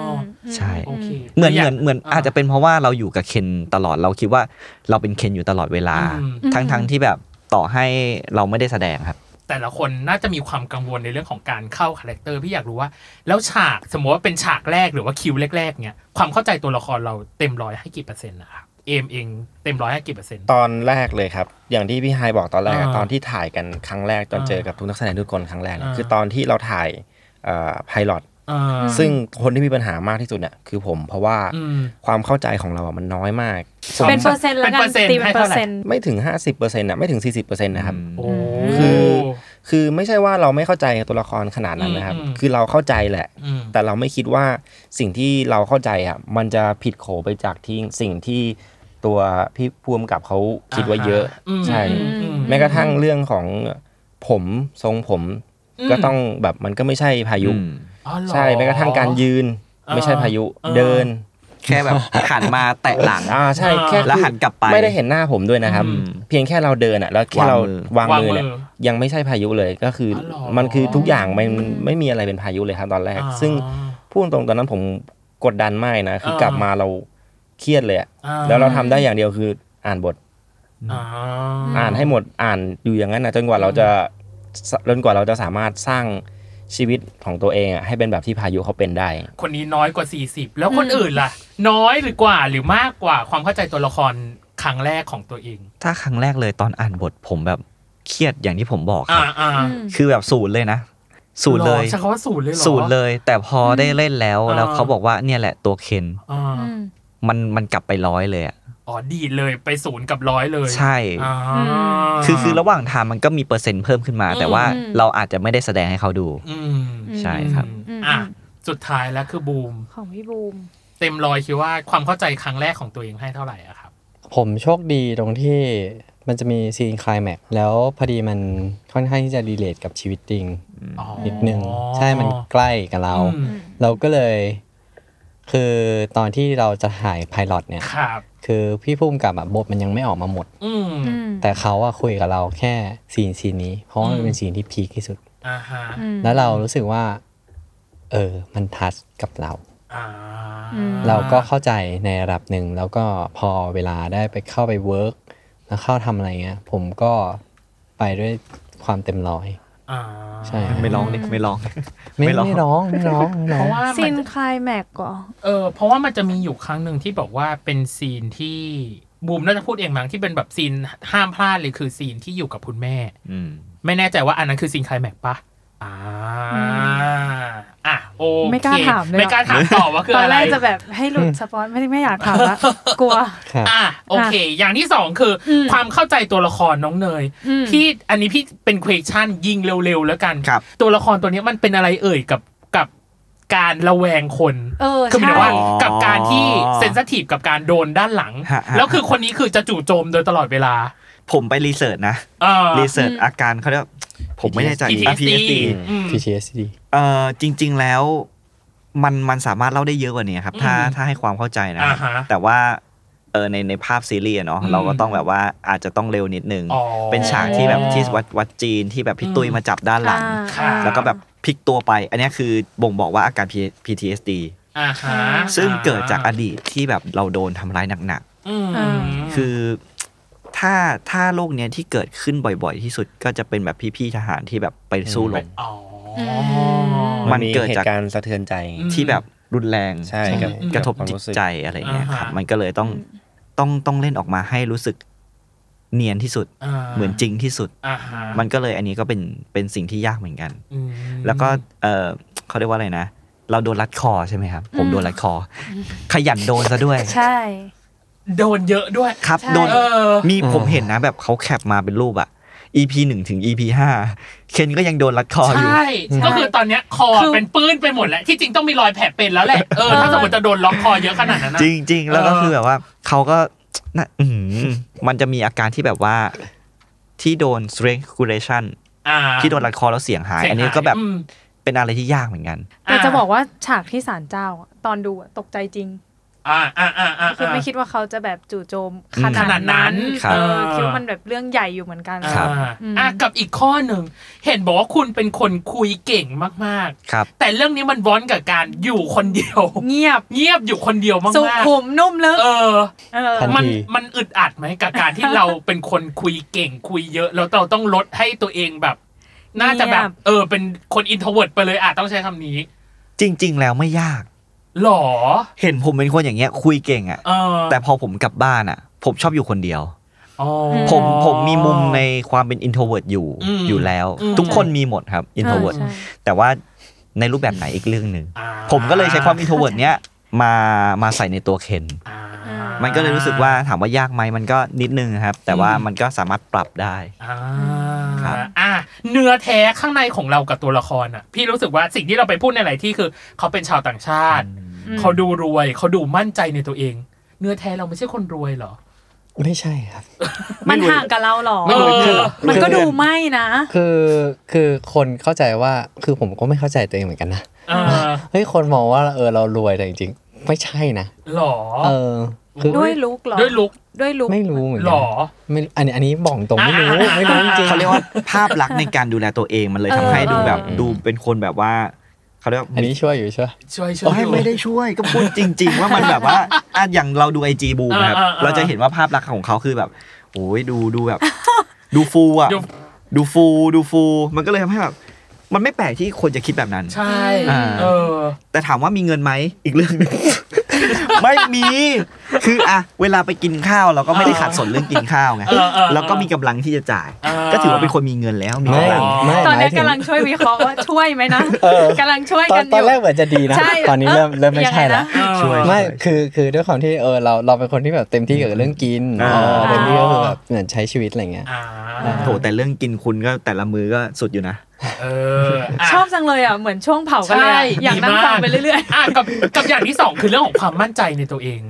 S7: ม
S4: ใช่
S3: โอเค
S4: เหมือน
S3: ยา
S4: เห
S3: ก
S4: มือนเหมือนอาจจะเป็นเพราะว่าเราอยู่กับเคนตลอดเราคิดว่าเราเป็นเคนอยู่ตลอดเวลา
S3: อืม
S4: ทั้งทั้งที่แบบต่อให้เราไม่ได้แสดงครับ
S3: แต่ละคนน่าจะมีความกังวลในเรื่องของการเข้าคาแรคเตอร์พี่อยากรู้ว่า แล้วฉากสมมติว่าเป็นฉากแรกหรือว่าคิวแรกๆเนี่ยความเข้าใจตัวละครเราเต็มร้อยให้กี่เปอร์เซ็นต์นะครับเอมเองเต็มร้อยให้กี่เปอร์เซ็นต์
S5: ตอนแรกเลยครับ อย่างที่พี่ไฮายบอกตอนแรกอะ
S3: อ่า
S5: ตอนที่ถ่ายกันครั้งแรกตอน
S3: อ่า
S5: เจอกับทุกนักแสดงทุกคนครั้งแรกเนี่ย
S3: อ่า
S5: คือตอนที่เราถ่ายพายลอต
S3: อ่า
S5: ซึ่งคนที่มีปัญหามากที่สุดเนี่ยคือผมเพราะว่า
S3: อืม
S5: ความเข้าใจของเราอะมันน้อยมาก
S7: เป็นเปอร์เซ็นต์แล้วกัน
S3: เป็
S7: ตี
S3: นเปอร์เซ็นต์
S7: เป็น
S3: ให้
S7: เปอ
S3: เท่า
S7: ร์
S3: ไหร่
S7: เซ็นต์
S5: ไม่ถึง 50%นะไม่ถึง 40%นะครับ
S3: โอ้
S5: คือ คือไม่ใช่ว่าเราไม่เข้าใจตัวละครขนาดนั้นนะครับ
S3: อืมอืม
S5: คือเราเข้าใจแหละ
S3: ม
S5: แต่เราไม่คิดว่าสิ่งที่เราเข้าใจอ่ะมันจะผิดโขไปจากที่สิ่งที่ตัวพี่พูมกับเขาคิดไว้เยอะ
S3: อ่าฮะ
S5: ใช่
S3: อืม
S5: แม้กระทั่งเรื่องของผมทรงผม
S3: อืม
S5: ก็ต้องแบบมันก็ไม่ใช่พายุ
S3: อ๋อเหอ
S5: ใช่แม้กระทั่งการยืน
S3: อ่า
S5: ไม่ใช่พายุ
S3: อ่า
S5: เดิน
S4: แค่แบบหันมาแตะหลัง
S5: อ่าใช่แค่
S4: แล้ว
S5: คือ
S4: หันกลับไป
S5: ไม่ได้เห็นหน้าผมด้วยนะครับ
S4: อืม
S5: เพียงแค่เราเดินอ่ะแล้วแค่เราวางมือเนี่ย
S3: วางมือ
S5: ยังไม่ใช่พายุเลยก็คือ
S3: อ
S5: อ
S3: เหรอ
S5: มันคือทุกอย่างมันมันไม่มีอะไรเป็นพายุเลยครับตอนแรก
S3: อ่า
S5: ซึ่งพูดตรงๆตอนนั้นผมกดดันมากนะคือ
S3: อ่าก ก
S5: ลับมาเราเครียดเลยอะ
S3: อ่
S5: แล้วเราทำได้อย่างเดียวคืออ่านบท
S3: อ่า
S5: อ่านให้หมดอ่านอยู่อย่างนั้นนะจนกว่าเราจะจนกว่าเราจะสามารถสร้างชีวิตของตัวเองอะให้เป็นแบบที่พายุเขาเป็นได้
S3: คนนี้น้อยกว่า 40 แล้วคนอื่นล่ะ น้อยหรือกว่าหรือมากกว่าความเข้าใจตัวละครครั้งแรกของตัวเอง
S4: ถ้าครั้งแรกเลยตอนอ่านบทผมแบบเครียดอย่างที่ผมบอกค
S3: อ่า
S4: รับ
S3: อ่า
S4: คือแบบศูนย์เลยนะ ศูนย์เลย
S3: หรอใช้คำว่าสูตรเลยหรอ
S4: ศูนย์เลย แต่พอได้เล่นแล้ว
S3: อ่า
S4: แล้วเขาบอกว่าเนี่ยแหละตัวเคน
S3: อ่า
S4: มันมันกลับไปร้อยเลยอะ
S3: อ๋อดีดเลยไปศูนย์กับร้อยเลย
S4: ใช่
S3: อ่า
S4: คือคือระหว่างทางมันก็มีเปอร์เซ็นต์เพิ่มขึ้นมา
S3: อืม
S4: แต่ว่าเราอาจจะไม่ได้แสดงให้เขาดู
S3: อืม
S4: ใช่ครับ
S2: อืม
S3: อ่ะสุดท้ายแล้วคือบูม
S2: ของพี่บูม
S3: เต็มร้อยคิดว่าความเข้าใจครั้งแรกของตัวเองให้เท่าไหร่อะครับ
S6: ผมโชคดีตรงที่มันจะมีซีนคลายแม็กซ์แล้วพอดีมันค่อนข้างที่จะรีเลทกับชีวิตจริง
S3: อ๋อ
S6: นิดนึง ใช่มันใกล้กับเรา
S3: อืม
S6: เราก็เลย คือตอนที่เราจะถ่ายไพลอตเนี่ย
S3: ครับ
S6: คือพี่พุ่มกับอะบทมันยังไม่ออกมาหมด
S3: อืม
S6: แต่เขาอะคุยกับเราแค่ซีนซีนนี้ เพราะว่ามั
S3: อืม
S6: นเป็นซีนที่พีคที่สุด
S3: อ่าฮะ
S6: แล้วเรารู้สึกว่า เออ มันทัชกับเรา
S3: อ่า
S2: อืม
S6: เราก็เข้าใจในระดับหนึ่ง แล้วก็พอเวลาได้ไปเข้าไปเวิร์กแล้วเข้าทำอะไรเงี้ย ผมก็ไปด้วยความเต็มร้อย
S3: อ่า
S6: ใช่ครับ
S4: ไม่ร้องเลยไม่ร้อง
S6: ไม่
S4: ไม่ร้อง
S6: ไม่ร้อง ไม่ร้อง
S3: เพ
S6: ไม่ ร้อง
S3: ราะว่า
S2: ซี
S3: มัน น
S2: คลายแม็กซ์เหรอ
S3: เออเพราะว่ามันจะมีอยู่ครั้งหนึ่งที่บอกว่าเป็นซีนที่บูมน่าจะพูดเองมั้งที่เป็นแบบซีนห้ามพลาดเลยคือซีนที่อยู่กับคุณแม่
S4: อืม
S3: ไม่แน่ใจว่าอันนั้นคือซีนไคลแม็กซ์ปะอ่าอ่ะโอเค
S2: ไม่กล้าถามเลยอะ
S3: ไม่กล้าถามต่อว่าคือ
S2: ตอน
S3: อะไร
S2: แรกจะแบบให้หลุดสปอยไม่ไม่อยากถามละกลัว
S6: ครับ
S3: อ่ะโอเค อย่างที่สองคืออ
S2: ม
S3: ความเข้าใจตัวละครน้องเนย
S2: อืม
S3: พี่อันนี้พี่เป็น question ยิงเร็วๆแล้วกัน
S4: ครับ
S3: ตัวละครตัวเนี้ยมันเป็นอะไรเอ่ยกับกับการระแวงคน
S2: เออ
S3: คือหมายถึง
S2: ใช่
S3: ว่ากับการที่
S4: อ๋อ
S3: เซน i ทีฟกับการโดนด้านหลัง
S4: ฮะฮะ
S3: แล้วคือคนนี้คือจะจู่โจมโดยตลอดเวลา
S4: ผมไปรีเสิร์ชนะ
S3: เออ
S4: รีเสิร์ช
S2: อืม
S4: อาการเขาเรียกว่าผมไม่แน่ใจ
S3: PTSD อืม
S6: PTSD
S4: เอ่อจริง ๆแล้วมันมันสามารถเล่าได้เยอะกว่านี้ครับ ถ้า
S3: อืม
S4: ถ้าให้ความเข้าใจนะ
S3: อ่าฮะ
S4: แต่ว่าเออในในภาพซีรีส์อะเนาะ
S3: อืม
S4: เราก็ต้องแบบว่าอาจจะต้องเร็วนิดนึง
S3: อ๋อ
S4: เป็นฉากที่แบบที่วัดวัดจีนที่แบบพี่ตุ้ยมาจับด้านหลัง
S2: อ่า
S3: ค่ะ
S4: แล้วก็แบบพลิกตัวไป อันเนี้ยคือบ่งบอกว่าอาการ PTSD
S3: อ่าฮะ
S4: ซึ่งเกิดจากอดีตที่แบบเราโดนทำร้ายหนัก
S3: อืม
S4: ๆ คือถ้าถ้าโรคเนี้ยที่เกิดขึ้นบ่อยๆ ที่สุดก็จะเป็นแบบพี่ๆทหารที่แบบไปสู้รบ
S3: อ๋อ
S4: มั
S5: มัน
S4: น
S5: มี
S4: เกิด
S5: เห
S4: จาก
S5: ตุการณ์สะเทือนใจ
S3: อืม
S4: ที่แบบรุนแรง
S5: ใช่ครับ
S4: กระทบ
S5: ความ
S4: จิ
S5: รู้
S4: ต
S5: สึก
S4: ใจอะไรเงี้ยครับ
S3: อ่าฮะ
S4: มันก็เลยต้องต้องต้องเล่นออกมาให้รู้สึกเนียนที่สุด เหมือนจริงที่สุด
S3: อ่าฮะ
S4: มันก็เลยอันนี้ก็เป็นเป็นสิ่งที่ยากเหมือนกัน
S3: อืม
S4: แล้วก็เออเขาเรียกว่าอะไรนะ เราโดนรัดคอใช่ไหมครับ ผมโดนรัดคออขยันโดนซะด้วย
S2: ใช่
S3: โดนเยอะด้วย
S4: ครับ
S2: ใช่
S4: โดน
S3: เออ
S4: มีผมเห็นนะแบบเขาแคปมาเป็นรูปอะ EP หนึ่งถึง EP ห้าเคนก็ยังโดนรัดคออยู่
S3: ใช่
S6: อืม
S3: ก็คือตอนเนี้ยคอ
S2: คือ
S3: เป็นปื้นไปหมดแล้วที่จริงต้องมีรอยแผลเป็นแล้วแหละเออถ้าสมมติจะโดนล็อกคอเยอะขนาดนั้นนะ
S4: จริงจริง ๆ แล้วก็
S3: เออ
S4: คือแบบว่าเขาก็น่ะอื้อหือมันจะมีอาการที่แบบว่าที่โดน strangulation
S3: อ่า
S4: ที่โดนรัดคอแล้วเสียงหาย
S3: เสียง
S4: อันนี้ก็แบบ
S3: อืม
S4: เป็นอะไรที่ยากเหมือนกัน
S2: แต่จะบอกว่าฉากที่ศาลเจ้าอะตอนดูอะตกใจจริง
S3: อ่าอ่าอ่าอ่า
S2: คือไม่คิดว่าเขาจะแบบจู่โจม
S4: อืม
S2: ขนาดนั้น
S4: ครับ
S2: เออคิดว่ามันแบบเรื่องใหญ่อยู่เหมือนกัน
S4: ครับ
S3: อ่า
S2: อืม
S3: อ่ะกับอีกข้อหนึ่ง เห็นบอกว่าคุณเป็นคนคุยเก่งมาก
S4: ครับ
S3: ๆ แต่เรื่องนี้มันว้อนกับการอยู่คนเดี ยว
S2: เงียบ
S3: เงียบอยู่คนเดียวมา
S2: สุ
S3: ก
S2: ขุมนุ่มลึก
S3: ๆเออ
S2: เออ
S6: ทัน
S3: มัน
S6: ที
S3: มันอึดอัดไหมกับการที่เราเป็นคนคุยเก่งคุยเยอะแล้วเราต้องลดให้ตัวเองแบบ น่าจะแบบ
S2: เงียบ
S3: เออ เป็นคนอินโทรเวิร์ดไปเลยอ่ะต้องใช้คำนี้
S4: จริง ๆ แล้วไม่ยาก
S3: หรอ
S4: เห็นผมเป็นคนอย่างเงี้ยคุยเก่งอะ
S3: เออ
S4: แต่พอผมกลับบ้านอะผมชอบอยู่คนเดียว
S3: อ๋อ
S4: ผมผมมีมุมในความเป็น introvert อยู่
S3: อืม
S4: อยู่แล้ว
S3: อืม
S4: ทุกคนมีหมดครับ introvert
S2: ใช่
S4: แต่ว่าในรูปแบบไหนอีกเรื่องหนึ่ง
S3: อ่า
S4: ผมก็เลยใช้ความ introvert เนี้ยมามาใส่ในตัวเคน
S3: อ่า
S4: มันก็เลยรู้สึกว่าถามว่ายากไหมมันก็นิดนึงครับ แต่ว่ามันก็สามารถปรับได้
S3: อ่า
S4: ครับ
S3: อ่ะเนื้อแท้ข้างในของเรากับตัวละครอ่ะ พี่รู้สึกว่าสิ่งที่เราไปพูดในหลายที่คือ เขาเป็นชาวต่างชาติ
S2: อืม
S3: เขาดูรวย เขาดูมั่นใจในตัวเอง เนื้อแท้เราไม่ใช่คนรวยเหรอ
S6: ไม่ใช่ครับ
S2: มันห่างกับเราเหรอ
S3: ไม่รู้เรื่องเหรอ
S2: มันก็ดูไม่นะ
S6: คือคือคนเข้าใจว่าคือผมก็ไม่เข้าใจตัวเองเหมือนกันนะ
S3: เออ
S6: เฮ้ยคนมองว่าเออเรารวยแต่จริงๆ ไม่ใช่นะ
S3: หรอ
S6: เออคือ
S2: ด้วยลุกเหรอ
S3: ด้วยลุก
S2: ด้วยลุก
S6: ไม่รู้เหมือน
S3: หร
S6: กัน
S3: อ
S6: ไม่อันนี้อันนี้บอกตรงไม่รู้
S3: อ่า
S6: ไม่รู้จริง
S4: เขาเรียกว่าภาพลักษณ์ในการดูแลตัวเองมันเลย
S2: เออ
S4: ทำให้ดูแบบ
S6: เออ
S4: ดูเป็นคนแบบว่าเขาเรียกว่า
S6: อันนี้ช่วยอยู่ช่วย
S3: ช่วยช่วย
S4: โอ้ยไม่ได้ช่วยก็พูดจริง ๆ ว่ามันแบบว่าอ่ะอย่างเราดูไอจีบูมครับเราจะเห็นว่าภาพลักษณ์ของเขาคือแบบโอ้ยดูดูแบบ ดูฟูอ่ะ
S3: ดู
S4: ดูฟูดูฟูมันก็เลยทำให้แบบมันไม่แปลกที่คนจะคิดแบบนั้น
S3: ใช่
S4: อ่า
S3: เออ
S4: แต่ถามว่ามีเงินไหมอีกเรื่องหนึง ไม่มี คืออะเวลาไปกินข้าวเราก็ไม่ได้ขาดสนเรื่องกินข้าวไง
S3: เออเออเออ
S4: แล้วก็มีกำลังที่จะจ่าย
S3: เ
S4: ก็ถือว่าเป็นคนมีเงินแล้วมีกำลัง
S6: ไม่
S2: ตอนนี้
S6: หมายถึง
S2: กำลังช่วยวิเคราะห์ว่า ช่วยไหมนะ
S6: เออก
S2: ำลังช่วย
S6: ตอ
S2: กัน นอ
S6: ตอน
S2: ยู่
S6: แรกเหมือนจะดีนะ
S2: ใช่
S6: ตอนนี้เริ่มเริ่มไม่
S2: ยังไง
S6: ใช่ละ
S2: นะ
S3: เออ
S4: ช่วย
S6: ไม่คือคือด้วยความที่เออเราเราเป็นคนที่แบบเต็มที่กับเรื่องกิน
S4: อ่า
S6: เออเต็มที่ก็คือแบบเหมือนใช้ชีวิตอะไรเงี้ย
S3: อ่า
S4: โถแต่เรื่องกินคุณก็แต่ละมือก็สุดอยู่นะ
S3: เอออ่ะ
S2: ชอบจังเลยอ่ะ เหมือนช่วงเผากันเลย
S3: ใช่
S2: อะอยากนั่ง
S3: ดีมาก
S2: ฟังไปเรื่อย
S3: อ่ะกับกับอย่างที่สองคือเรื่องของความมั่นใจในตัวเอง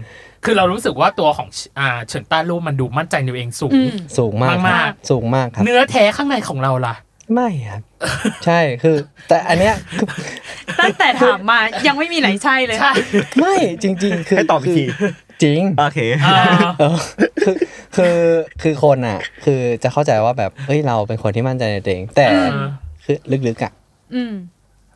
S3: คือเรารู้สึกว่าตัวของอ่าเฉินต้าลู่มันดูมั่นใจในตัวเองสูง
S2: อืม
S6: สูงมาก
S3: มาก
S6: สูงมากครับ
S3: เนื้อแท้ข้างในของเราล่ะ
S6: ไม่ครับ ใช่คือ แต่อันเนี้ยคือ
S2: ๆ ตั้งแต่ถามมายังไม่มีไหนใช่เลย
S3: ใช่
S6: ไม่จริง ๆ คือ
S4: ให้ตอบอีกที
S6: คือจริง
S4: โอเค
S3: เออ
S6: เออคือคือคือคนอ่ะ คือจะเข้าใจว่าแบบเอ้ยเราเป็นคนที่มั่นใจในตัวเอง แต่
S3: เออ
S6: คือลึกๆอ่ะ
S2: อืม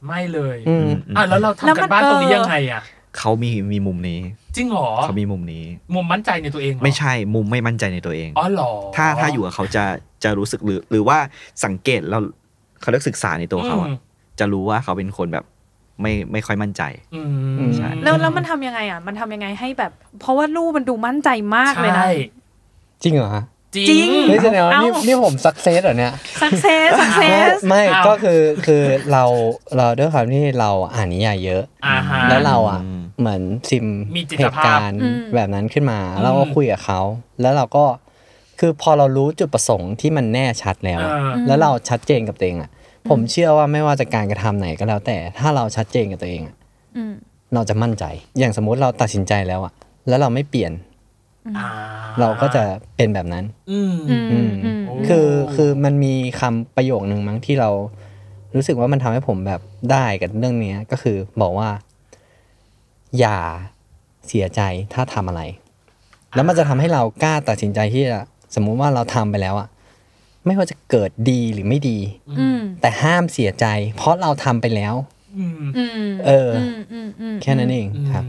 S3: ไม่เลย
S6: อืม
S3: อ่ะแล้วเรา
S2: แล้วมัน
S3: ทำกันบ้านตรงนี้ยังไงอ่ะ
S4: เขามีมีมุมนี้
S3: จริงเหรอ
S4: เขามีมุมนี้
S3: มุมมั่นใจในตัวเองเหรอ
S4: ไม่ใช่มุมไม่มั่นใจในตัวเอง
S3: อ๋อเหรอ
S4: ถ้าถ้าอยู่กับเขาจะจะรู้สึกหรือ หรือว่าสังเกตเราเขาเรียกศึกษาในตัวเขาอะ
S3: อืม
S4: จะรู้ว่าเขาเป็นคนแบบไม่ไม่ค่อยมั่นใจ
S3: อืม
S6: ใช่
S2: แล้วแล้วมันทำยังไงอ่ะ มันทำยังไงให้แบบ เพราะว่าลูกมันดูมั่นใจมากเลยนะ
S3: ใช่
S6: จริงเหรอฮะ
S3: จริ
S2: จริง
S3: ง
S6: เฮ้ยแสดงว่านี่
S2: เอ้านี่
S6: นี่ผมสักเซสเหรอเนี่ย
S2: สักเซสสักเซส
S6: ไม่
S3: อ้าว
S6: ก็คือคือเราเราด้วยความที่เราอ่านนิยายเยอะ
S3: อ่าฮะ
S6: แล้วเราอ่ะ
S4: อืม
S6: เหมือนซิม
S3: มีจิตภาพ
S6: เหตุการณ์
S2: อืม
S6: แบบนั้นขึ้นมา
S3: อืม
S6: เราก็คุยกับเขาแล้วเราก็คือพอเรารู้จุดประสงค์ที่มันแน่ชัดแล้ว
S3: เอ
S6: อะ
S3: อ
S6: แล้วเราชัดเจนกับตัวเองอ่ะ ผมเชื่อว่าไม่ว่าจะการกระทำไหนก็แล้ว แต่ถ้าเราชัดเจนกับตัวเองอะ
S2: อืม
S6: เราจะมั่นใจ อย่างสมมุติเราตัดสินใจแล้วอ่ะ แล้วเราไม่เปลี่ยน
S3: อ่
S6: เราก็จะเป็นแบบนั้น
S3: อืม
S2: อืม
S6: อืม
S2: อืม
S3: โอ้
S6: คือคือมันมีคำประโยคนึงมั้งที่เรารู้สึกว่ามันทำให้ผมแบบได้กับเรื่องเนี้ยก็คือบอกว่า อย่าเสียใจถ้าทำอะไร แล้วมันจะทำให้เรากล้าตัดสินใจที่จะสมมุติว่าเราทำไปแล้วอะไม่ว่าจะเกิดดีหรือไม่ดี
S2: อืม
S6: แต่ห้ามเสียใจ เพราะเราทำไปแล้ว
S3: อืม
S2: อืม
S6: เอออื
S2: มอืมอืม
S6: แค่นั้นเอง
S3: อื
S6: ครับ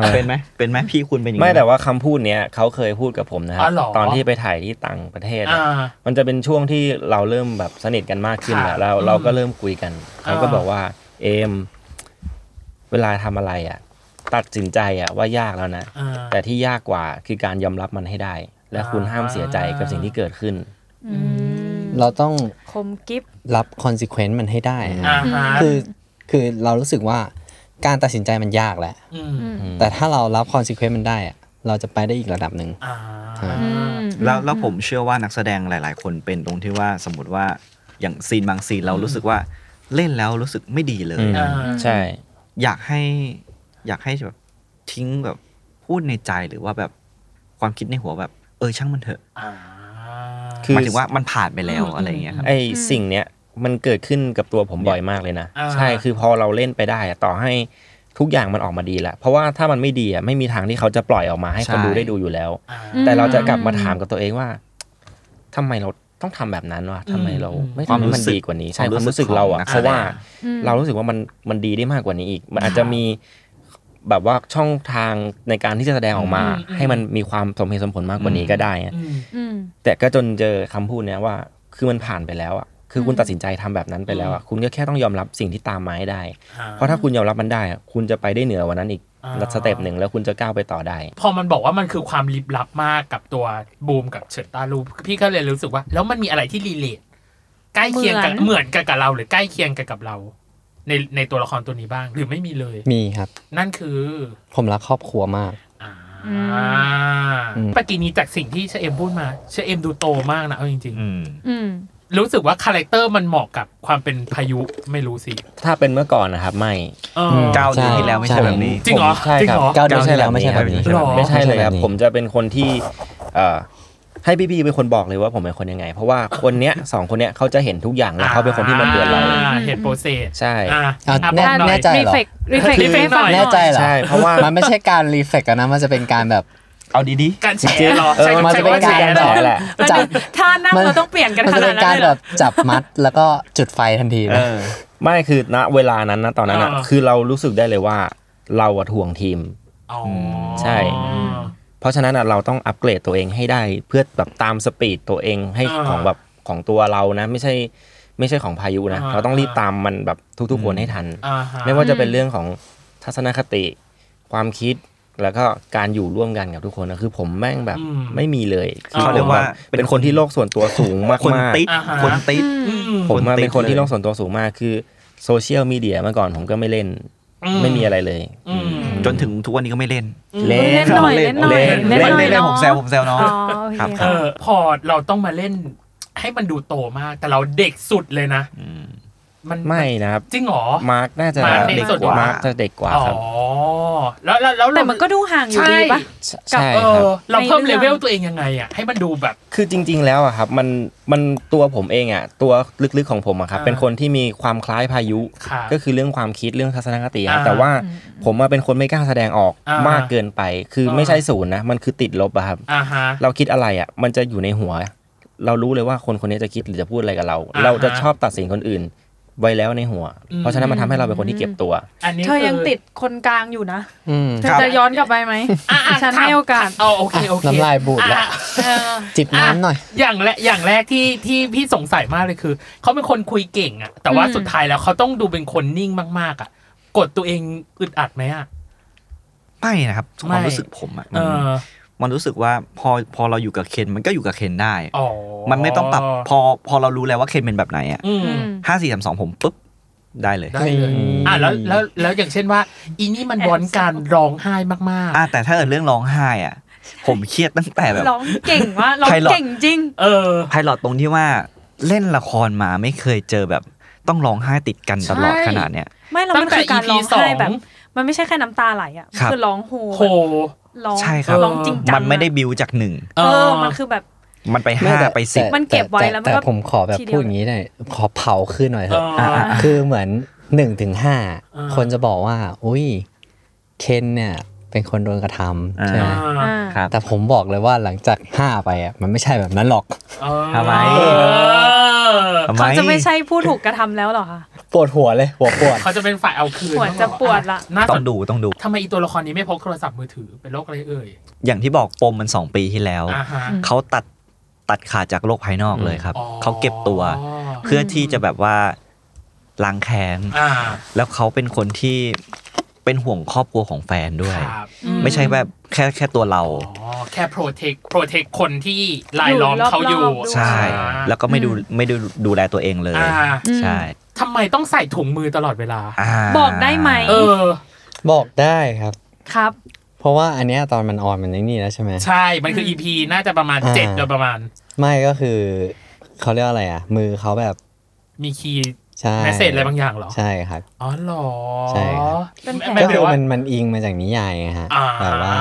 S3: ม
S4: เป็นไหมเป็นไหมพี่คุณเป็นอย่าง
S5: ไม่
S4: นี้ห
S5: แต่ว่าคำพูดเนี้ยเขาเคยพูดกับผมนะครั
S3: อ๋อเหรอ
S5: ตอนที่ไปถ่ายที่ต่างประเทศ
S3: อ
S5: อะ
S3: ่า
S5: มันจะเป็นช่วงที่เราเริ่มแบบสนิทกันมากขึ้น
S3: ครั
S5: แล้
S3: บ
S5: วเรา
S3: อืม
S5: เราก็เริ่มคุยกันเขาก็
S3: อ่า
S5: บอกว่า เอม เวลาทำอะไรอ่ะ ตัดสินใจอ่ะว่ายากแล้วนะ
S3: อ่า
S5: แต่ที่ยากกว่าคือการยอมรับมันให้ได้ และคุณห้ามเสียใจกับสิ่งที่เกิดขึ้น
S2: อืม
S6: เราต้อง
S2: คมกิฟ
S6: รับ consequence มันให้ได้อะ
S3: อ่าฮะ
S6: คือคือเรารู้สึกว่า
S5: การตัดสินใจมันยากแหละ
S3: อืม
S8: อืม
S5: แต่ถ้าเรารับคอน s e เควน e มันได้อะเราจะไปได้อีกระดับหนึ่ง
S3: อ่า
S8: อืม
S4: แล้วแล้วผมเชื่อว่านักแสดงหลาย ๆ คนเป็นตรงที่ว่าสมมติว่าอย่างซีนบางซีนเรารู้สึกว่าเล่นแล้วรู้สึกไม่ดีเลย
S6: อืม
S3: อ่า
S6: ใช่
S4: อยากให้อยากให้แบบทิ้งแบบพูดในใจหรือว่าแบบความคิดในหัวแบบ เออช่างมันเถอะ
S3: อ่า
S6: คือ
S4: หมายถึงว่ามันผ่านไปแล้วอะไรอย่างเงี้ยครับ
S6: ไอสิ่งเนี้ยมันเกิดขึ้นกับตัวผมบ่อยมากเลยนะ
S3: อ่า
S6: ใช่คือพอเราเล่นไปได้อะต่อให้ทุกอย่างมันออกมาดีแล้ว เพราะว่าถ้ามันไม่ดีอ่ะไม่มีทางที่เขาจะปล่อยออกมาให้คน
S4: ใช่
S6: ดูได้ดูอยู่แล้ว
S3: อ่า
S6: แต่เราจะกลับมาถามกับตัวเองว่าทำไมเราต้องทำแบบนั้นวะทำไมเรา
S3: อืม
S6: ไม่ทำให้มันดีกว่านี้ใช่ความรู้สึกเราอ่ะ
S4: ของนัก
S6: เพ
S4: แสดง
S6: ราะว่า เรารู้สึกว่ามันมันดีได้มากกว่านี้อีก มันอาจจะมีแบบว่าช่องทางในการที่จะแสดงออกมา
S3: อืมอืม
S6: ให้มันมีความสมเหตุสมผลมากกว่านี้ก็ได้อะ
S3: อืม
S8: อืม
S6: แต่ก็จนเจอคำพูดเนี้ยว่า คือมันผ่านไปแล้วอ่ะคือคุณตัดสินใจทำแบบนั้นไปแล้วอ่ะคุณก็แค่ต้องยอมรับสิ่งที่ตามมาให้ได้
S3: อ่
S6: เพราะถ้าคุณยอมรับมันได้อะคุณจะไปได้เหนือกว่านั้นอีก
S3: อ่า
S6: ระดับสเต็ปหนึ่งแล้วคุณจะก้าวไปต่อได้
S3: พอมันบอกว่ามันคือความลิบลับมากกับตัวบูมกับเฉินตาลูพี่ก็เลยรู้สึกว่า แล้วมันมีอะไรที่รีเลทใกล้เคียงกัน
S2: เห
S3: เห
S2: มื
S3: มื
S2: อ
S3: อน นกันกับเราหรือใกล้เคียงกันกับเรา ในในตัวละครตัวนี้บ้าง หรือไม่มีเลย
S5: มีครับ
S3: นั่นคือ
S5: ผมรักครอบครัวมาก
S3: อ่า
S8: อื
S3: ปกี้นี้จากสิ่งที่เชเอมพูดมาเชเอมดูโตมากนะเอาจริง
S4: อืม
S8: อืม
S3: ๆ รู้สึกว่าคาแรคเตอร์มันเหมาะกับความเป็นพายุไม่รู้สิ
S6: ถ้าเป็นเมื่อก่อนนะครับไม่
S3: เออ
S4: ก้าวเดือนที่แล้วไม่ใช่แบบนี้
S3: จริงเหรอ
S6: ผมใช่
S3: จริง
S6: ครั
S3: เห
S6: บ
S3: รอ
S5: ก้าวเดือนที่แล้วไม่ใช่แบบนี้
S3: หรอ
S6: ไม่ใช่เลยครั
S5: ไม่ใช่แบ
S6: บ
S5: บนี้
S6: ผมจะเป็นคนที่เอ่อให้พี่บีเป็นคนบอกเลยว่าผมเป็นคนยังไง เพราะว่าคนเนี้ย สองคนเนี้ยเขาจะเห็นทุกอย่างแล้วเขาเป็นคนที่มันเดือนเรา
S3: าเห็นโปรเซส
S6: ใช่
S3: อ่ะ
S5: อ่ะ
S3: อ่ะบอกหน่อ
S5: แน่
S3: ย
S5: ใจเหรอ
S8: reflect reflect
S3: คือ
S8: reflect ฟังหน่อย
S5: แน่ใจเหรอ
S6: ใช่เพราะว่ามั
S5: นไม่ใช่การรีเฟกต์นะมันจะเป็นการแบบ
S4: เอาดี
S3: การแชร์เหรอ
S6: เออ
S3: ใช่
S6: มัน
S5: มั
S3: ใช่
S5: จะเป็
S3: ว่านแช
S5: การ
S3: ร์
S5: แบ
S3: เหรอ
S5: บละ
S2: แล้ว
S5: จั
S2: ดู
S5: บ
S2: ท่านั่ง
S5: มัน
S2: เราต้องเปลี่ยนกัน
S5: มั
S2: ข
S5: จะ
S2: นา
S5: เป็
S2: ด
S5: น
S2: นั้
S5: กาน ร
S2: เลยเห
S5: แบ
S2: รอ
S5: บจับมัดแล้วก็จุดไฟทันที
S4: ๆ
S5: เล
S4: เอย อ
S6: ไม่คือณเวลานั้นนะตอนนั้นอะ
S3: อ่า
S6: คือเรารู้สึกได้เลยว่าเราอะถ่วงทีม
S3: อ๋อ
S6: ใช่ เพราะฉะนั้นอะเราต้องอัปเกรดตัวเองให้ได้เพื่อแบบตามสปีดตัวเองให้ของแบบของตัวเรานะ ไม่ใช่ไม่ใช่ของพายุนะเราต้องรีบตามมันแบบทุกๆคนให้ทัน
S3: อ่าฮะ
S6: ไม่ว่าจะเป็นเรื่องของทัศนคติ ความคิดแล้วก็การอยู่ร่วมกันกับทุกคนนะคือผมแม่งแบบ
S3: อืม
S6: ไม่มีเลยคือ
S3: เขา
S6: ผม
S3: เรียก
S6: แบ
S4: ว่า
S6: บ
S4: เป็น
S6: เป็นคนที่โลกส่วนตัวสูงมาก
S4: คนติด
S3: อ่าฮะ
S4: คนติด
S3: อืม
S6: ผมมาเป็นคนที่โลก
S4: เลย
S6: ส่วนตัวสูงมากคือโซเชียลมีเดียเมื่อก่อนผมก็ไม่เล่น
S3: อืม
S6: ไม่มีอะไรเลย
S3: อืม
S4: จนถึงทุกวันนี้ก็ไม่เล่น
S6: เล่
S8: เล่
S6: น
S8: นหน่อยเล่นหน่อย
S3: เล่นห
S8: เล่นหน่อย
S3: น่อย
S4: เล่น
S8: เนาะ
S4: ผมแซวผมแซวน้อง
S8: อ๋อโอเค
S4: ครับ
S3: เออพอเราต้องมาเล่นให้มันดูโตมาก แต่เราเด็กสุดเลยนะ
S4: ม
S3: มัน
S6: ไม่นะครับ
S3: จริงเหรอ
S6: มาร์กน่าจะ
S3: มาร์คเด็กสุดกว่า
S6: มาร์คจะเด็กกว่า
S3: อ๋อ
S6: ครับ
S3: แล้วแล้วแล้ว
S8: แต่มันก็ดูห่างอยู่ดีปะ
S6: ใช่
S3: เอ
S6: ครั
S3: อบ เราเพิ่ม
S8: ใน
S3: เล
S8: เรื่อง
S3: เวลตัวเองยังไงอ่ะให้มันดูแบบ
S6: คือจริง ๆ แล้วอะครับมันมันตัวผมเองอะตัวลึกๆของผมอะครับ
S3: อ่า
S6: เป็นคนที่มีความคล้ายพายุ
S3: ครับ
S6: ก็คือเรื่องความคิดเรื่องทัศนคติครับ
S3: อ่า
S6: แต่ว่าผมมาเป็นคนไม่กล้าแสดงออก
S3: อ่าม
S6: มากเกินไป คืออา ไม่ใช่ศูนย์นะมันคือติดลบอะครับ
S3: อ่าฮะ
S6: เราคิดอะไรอะมันจะอยู่ในหัว เรารู้เลยว่าคนคนนี้จะคิดหรือจะพูดอะไรกับเรา
S3: อ่าฮะ
S6: เราจะชอบตัดสินคนอื่น ไว้แล้วในหัว
S3: อืม
S6: เพราะฉะนั้นมันทำให้เราเป็นคนที่เก็บตัว
S3: อันนี้
S8: เธอยัง
S3: คื
S8: ติดคนกลางอยู่นะ
S5: อืม
S8: เธอ
S4: ครับ
S8: จะย้อนกลับไปไหม
S3: อ่ะอ่ะ
S8: ฉันให้โอกาส
S3: เอาโอเคโอเค
S5: น้ำลายบูดแล้ว
S3: อ่ะ
S5: จิบน้ำหน่อย
S3: อย่างแรกอย่างแรกที่ที่พี่สงสัยมากเลยคือ เขาเป็นคนคุยเก่งอะแต่ว่า
S8: อืม
S3: สุดท้ายแล้วเขาต้องดูเป็นคนนิ่งมาก ๆอะกดตัวเองอึดอัดไหมอะ
S4: ไม่นะครับความ
S3: ไม่
S4: รู้สึกผมอะ
S3: เอ
S4: มัน
S3: อ
S4: มันรู้สึกว่าพอพอเราอยู่กับเคนมันก็อยู่กับเคนได้
S3: อ๋อ
S4: มันไม่ต้องปรับพอพอเรารู้แล้วว่าเคนเป็นแบบไหนอ่ะ
S3: อืม
S8: อืม
S4: ห้าสี่สามสองผมปุ๊บได้เลย
S3: ได้เลย
S5: อืม
S3: อ่ะแล้วแล้วแล้วอย่างเช่นว่า อีนี่มันวอนการร้องไห้มาก
S4: อ่ะแต่ถ้าเกิดเรื่องร้องไห้อ่ะ ผมเครียดตั้งแต่แบบ
S8: ร้องเก่งว่ากร้อง
S4: ใครหรอ
S8: เก่งจริง
S3: ๆ เออ
S4: ไพลอตตรงที่ว่าเล่นละครมาไม่เคยเจอแบบต้องร้องไห้ติดกันตลอด
S3: ใช่
S4: ขนาดเนี้ย
S8: ไม่เรา
S3: ตั้
S8: มัน
S3: งแต่
S8: คือการ
S3: EP
S8: ร้องไห้แบบ
S3: สอง
S8: มันไม่ใช่แค่น้ำตาไหลอ่ะ
S4: ครับ
S8: คือร้องโห
S3: โห
S8: ร้อง
S4: ใช่ครับ
S8: ร้องจริงจัง
S4: มันไม่ได้บิวจากหนึ่ง
S8: เออมันคือแบบ
S4: มันไป
S5: ไม่
S4: ห้า
S5: แต่
S4: ไปสิบ
S5: แต่
S8: มันเก็บไว้แล้วมัน
S5: ต่
S8: ก็
S5: ต่ผมขอแบบ
S8: ทีเดียว
S5: พูดอย่างนี้หน่อยขอเผาขึ้นหน่อยเถอะ
S3: อ่า
S5: อ่ะคือเหมือนหนึ่งถึงห้า
S3: อ่า
S5: คนจะบอกว่า อุ้ยเคนเนี่ย เป็นคนโดนกระทำใช่ไหม
S4: อ่
S3: อ่า
S8: อ่า
S4: ครับ
S5: แต่ผมบอกเลยว่าหลังจากห้าไปอ่ะมันไม่ใช่แบบนั้นหรอก
S3: เออ
S4: ทำไม ทำไม
S8: เขาจะไม่ใช่ผู้ถูกกระทำแล้วเหรอคะ
S5: ปวดหัวเลย หัวปวด
S3: เขาจะเป็นฝ่ายเอาคืน
S8: ปวดจะปวดละ
S3: น่าส
S4: ต้อ
S3: น
S4: งดูต้องดู
S3: ทำไมอีตัวละครนี้ไม่พกโทรศัพท์มือถือเป็นโรคอะไรเอ่ย
S4: อย่างที่บอกปมมันสองปีที่แล้ว
S3: อ่าฮะ
S4: เขาตัดตัดขาดจากโลกภายนอกเลยครับ
S3: อ๋อ
S4: เขาเก็บตัว เพื่อที่จะแบบว่าล้างแค้น
S3: อ่า
S4: แล้วเขาเป็นคนที่เป็นห่วงครอบครัวของแฟนด้วย
S3: ครับ
S4: ไม่ใช่แบบแค่แค่ตัวเรา
S3: อ๋อ แค่ protect protect คนที่รายล้อมเขาอยู่
S8: อยู่รอบๆด้วย
S4: ใช่
S3: อ่า
S4: แล้วก็ไม่ดูไม่ดูดูแลตัวเองเลย
S3: อ่า
S4: ใช่
S3: ทำไมต้องใส่ถุงมือตลอดเวลา
S4: า
S8: บอกได้ไหม
S3: เออ
S5: บอกได้ครับ
S8: ครับ
S5: เพราะว่าอันเนี้ยตอนมันออนมันไอ้นี่แล้วใช่ไหม
S3: ใช่ มันคืออีพีน่าจะประมาณ
S5: อ่า
S3: เจ็ดโดยประมาณ
S5: ไม่ก็คือเขาเรียกว่าอะไรอ่ะ มือเขาแบบ
S3: มีคีย์
S5: ใช่
S3: แมสเซจอะไรบางอย่างเหรอ
S5: ใช่ครับ
S3: อ๋อเหรอ
S5: ใช่ครับ
S8: เป็นแผน
S3: ไม่
S5: ก็
S3: แปล
S5: คือ
S3: ว่า
S5: มันมันอิงมาจากนิยายไงฮะ
S3: อ่า
S5: แบบว่า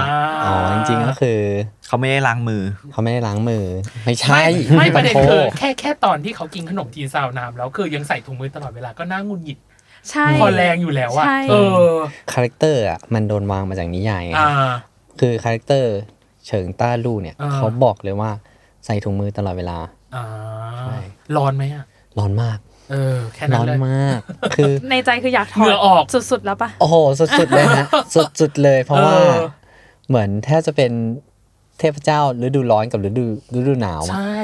S5: อ๋อจริงๆก็คือ
S4: เขาไม่ได้ล้างมือ
S5: เขาไม่ได้ล้างมือ ไม่ใช่
S3: ไม่ ไม่ประเด็น
S5: โท
S3: คือ
S5: ษ
S3: แค่แค่ตอนที่เขากินขนมจีนซาวน้ำแล้วคือยังใส่ถุงมือตลอดเวลาก็น่าหงุนหงิด
S2: ใช่
S3: พอแรงอยู่แล้วอะ
S2: ใช่
S3: เออ
S5: คาแรคเตอร์อ่ะมันโดนวางมาจากนิยายไง
S3: อ่า
S5: คือคาแรคเตอร์เฉิงต้าลู่เนี่ย
S3: อ่า
S5: เขาบอกเลยว่าใส่ถุงมือตลอดเวลา
S3: อ่า
S5: ใช่
S3: ร้อนไหมอะ
S5: ร้อนมาก
S3: เออ แค่นั้
S5: ร้อน น
S3: เลย
S5: มาก คือ
S2: ในใจคืออยากถ
S3: เหงื่
S2: อ
S3: อออก
S2: ดสุดๆแล้วปะ
S5: โอ้โหสุดๆเลย ฮะ สุดๆเลย เพราะว่า
S3: เออ
S5: เหมือนแทบจะเป็นเทพเจ้าฤดูร้อนกับฤดูฤดูหนาวอะ
S3: ใช่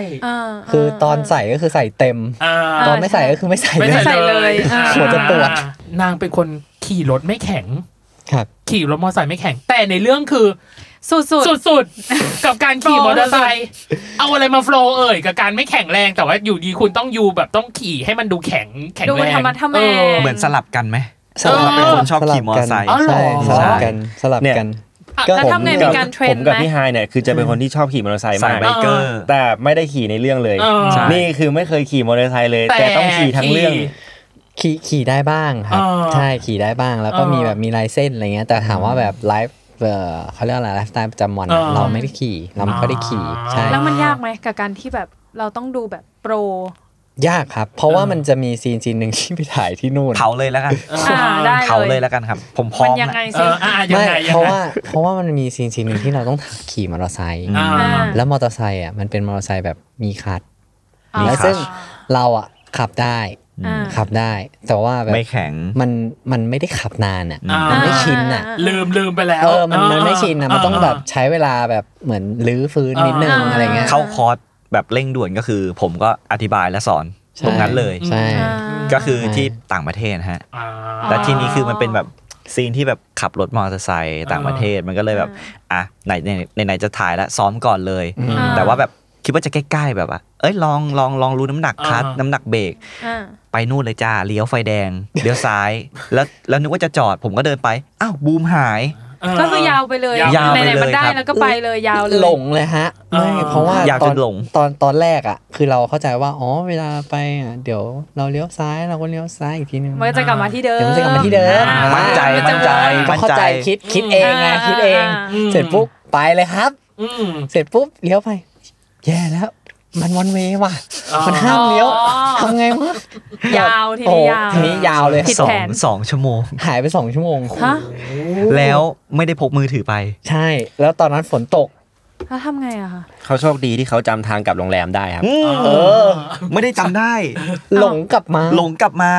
S5: คือตอนใส่ก็คือใส่เต็ม
S3: อ่า
S5: ตอนไม่ใส่ก็คือไม่ใส่
S3: ไม่
S5: เลย
S3: ใส่เลย
S2: อ่า
S5: หัวจะปวด
S3: นางเป็นคนขี่รถไม่แข็ง
S5: ครับ
S3: ขี่รถมอเตอร์ไซค์ไม่แข็ง แต่ในเรื่องคือ
S2: สุดๆ
S3: สุดๆ กับการขี่มอเตอร์ไซค์เอาอะไรมาโฟลว์เอ่ยกับการไม่แข็งแรงแต่ว่าอยู่ดีคุณต้องอยู่แบบต้องขี่ให้มันดูแข็งแข็ง
S2: ดู
S3: แรง
S2: ธรรมะธรรแมง
S3: เออ
S4: เหมือนสลับกันไหม
S3: เออ
S4: เป็นคนชอบขี่มอเตอร์ไซค์
S3: อ๋อเหรอ
S5: ใช่สลับกันสลับกัน
S2: แล้วทำไงมีการเทร
S6: ผ
S2: น
S6: ม
S2: ไห
S6: กับ
S2: ม
S6: พี่ไฮายเนี่ยคือจะเป็นคนที่ชอบขี่มอเตอร์ไซค์
S4: สาม
S6: า
S4: ไบ
S6: ย ก
S4: เกอร์
S6: แต่ไม่ได้ขี่ในเรื่องเลย
S3: เออ
S6: นี่คือไม่เคยขี่มอเตอร์ไซค์เลย แต่ต้องขี่ทั้งเรื่อง
S3: ขี่
S5: ขี่ขี่ได้บ้างครับ
S3: อ่า
S5: ใช่ขี่ได้บ้างแล้วก็
S3: อ่ามี
S5: มีแบบมีลายเส้นอะไรเงี้ยแต่ถามว่าแบบไลฟ์เอ่อเขาเรียกอะไรไลฟ์สไตล์ประจำวันอะ
S3: อ่า
S5: เราไม่ได้ขี่เราไม่ค่อยได้ขี่
S3: อ่า
S5: ใช่
S2: แล้วมันยากไหมกับการที่แบบเราต้องดูแบบโปร
S5: ยากครับ เพราะว่ามันจะมีซีนซีนหนึ่ง ที่ไปถ่ายที่นู่น
S4: เผาเลยแล้วกัน
S3: เออ
S2: อ่าได้
S4: เผาเลยแล้วกันครับ ผมพร้
S2: มั
S4: อนม
S2: ยังไง
S4: แล้ว
S2: สิ
S3: เอออ่ะยัง
S5: ไม่
S3: ไงยังไง
S5: เพราะว่าเพราะว่ามันมีซีนซีนหนึ่งที่เราต้องขี่มอเตอร์ไซค์
S3: อ่า
S2: อ่า
S5: แล้วมอเตอร์ไซค์อ่ะมันเป็นมอเตอร์ไซค์แบบมีคัด
S2: อ่า
S5: แล้วซึ่งเราอ่ะขับได้
S2: อ่า
S5: ขับได้ แต่ว่าแบบ
S4: ไม่แข็ง
S5: มันมันไม่ได้ขับนานอ่ะ
S3: อ่ามั
S5: มันไม่ชินอ่ะ
S3: ลืมลืมไปแล้ว
S5: เออ มันมันไม่ชินนะ มันต้องแบบ
S3: า
S5: ใช้เวลาแบบเหมือนรื้อฟื้นนิดนึง
S2: อ่า
S5: อะไรเงี้ย
S4: เข้าคอร์สแบบเร่งด่วนก็คือ ผมก็อธิบายและสอน
S5: ใช่
S4: ตรงนั้นเลย
S5: ใช่
S2: อ่า
S4: ก็คือที่ต่างประเทศนะฮะ
S3: อ่า
S4: แล้วทีนี้คือมันเป็นแบบซีนที่แบบขับรถมอเตอร์ไซค์ต่างประเทศมันก็เลยแบบอ่ะไหนไหนไหนไหนจะถ่ายแล้วซ้อมก่อนเลย
S5: อืม
S4: แต่ว่าแบบคิดว่าจะใกล้ๆแบบอ่ะเอ้ยลองลองลองรู้น้ำหนักคัด
S3: อ่า
S4: น้ำหนักเบรก
S2: อ่า
S4: ไปนู่นเลยจ้าเลี้ยวไฟแดงเลี้ยวซ้าย แล้วแล้วนึกว่าจะจอดผมก็เดินไปอ้าวบูมหาย
S3: เ
S2: ก็คือยาวไปเลย
S4: ยาวไป
S2: ไห
S4: เลย
S2: นๆมันได้
S4: ครับ
S2: แล้วก็ไปเลยยาวเลย
S5: หลงเลยฮะ
S3: อ่า
S5: ไม่ เพราะว่า
S4: อยาก
S5: ตอ
S4: จะ
S5: น
S4: หลง
S5: ตอนตอนแรกอ่ะ คือเราเข้าใจว่า อ๋อ เวลาไปอ่ะเดี๋ยวเราเลี้ยวซ้ายเราก็เลี้ยวซ้ายอีกทีนึง
S2: มันก็จะกลับมาที่เดิม
S5: เดี๋ยวมันจะกลับมาที่เดิม
S3: อ่า
S4: มั่นใจ
S5: อ่า
S4: มั่นใจ
S5: ก็
S4: มั่น
S5: เข้า
S4: ใจ
S5: ใจคิดคิดเองไง
S2: อ่า
S5: คิดเอง
S2: อ่า
S3: อืม
S5: เสร็จปุ๊บไปเลยครับ
S3: อืม
S5: เสร็จปุ๊บเลี้ยวไป แย่แล้ว มันวันเวว่ะ
S3: อ๋อ
S5: มันห้ามเลี้ยว
S2: อ๋อ
S5: ทำไงวะ
S2: ยาวที
S5: โอ้
S2: นี้ยาว
S5: ทีนี้ยาวเลย
S2: ผิด
S4: สอ
S2: แผ
S4: ง
S2: น
S4: สองชั่วโมง
S5: หายไปสองชั่วโมง
S2: ฮะ
S4: แล้วไม่ได้พกมือถือไป
S5: ใช่ แล้วตอนนั้นฝนตก
S2: แล้วทำไงอะคะ
S6: เขาโชคดีที่เขาจำทางกลับโรงแรมได้ครับ
S4: เออ ไม่ได้จำได้
S5: หลงกลับมา
S4: หลงกลับมา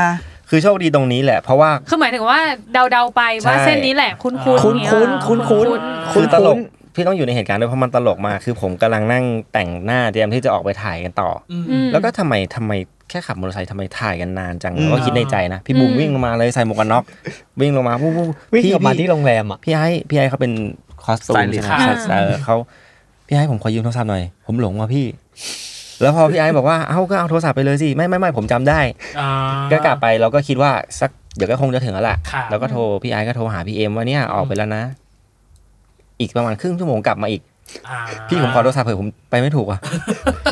S6: คือโชคดีตรงนี้แหละ เพราะว่า
S2: คือหมายถึงว่าเดาๆไปว่า
S6: ใช่
S2: เส้นนี้แหละคุ้นๆ
S5: คุ้น
S2: อย่างเงี้ย
S5: คุ้นคุ้นคุ้น
S6: คื
S5: คุ้น
S6: อตลกพี่ต้องอยู่ในเหตุการณ์ด้วยเพราะมันตลกมากคือผมกำลังนั่งแต่งหน้าเตรียมที่จะออกไปถ่ายกันต่ออ
S2: อืม
S6: แล้วก็ทำไมทำไมแค่ขับมอเตอร์ไซค์ทำไมถ่ายกันนานจัง
S4: อืม
S6: แล้วก็คิดในใจนะ พี่บูม
S2: อืม
S6: วิ่งลงมาเลยใส่หมวกกันน็อกวิ่งลงมาปุ๊บปุ๊บ
S5: วิ่ง
S6: พี่
S5: กลับมาที่
S6: พี่
S5: โรงแรมอ่ะ
S6: พี่ไอ้พี่ไอ้เขาเป็นคอสตูมใช่ไหม
S3: ค่ะ
S6: ใช่เออเขาพี่ไอ้ผมขอยืมโทรศัพท์หน่อยผมหลงว่ะพี่ แล้วพอพี่ไอ้บอกว่าเอ้าก็เอาโทรศัพท์ไปเลยสิไม่ไม่ไม่ผมจำได้
S3: อ่า
S6: ก็กลับไปเราก็คิดว่าสักเดี๋ยวก็คงจะถึงแล้วล่ะ
S3: ครับ
S6: เราก็โทรพี่ไอซ์ก็โทรหาพี่เอ็มว่าเนี่ยออกไปแล้วนะ อีกประมาณครึ่งชั่วโมงกลับมาอีก
S3: า
S6: พี่ผมขอโทรศัพท์เผื่อผมไปไม่ถูกอ่ะ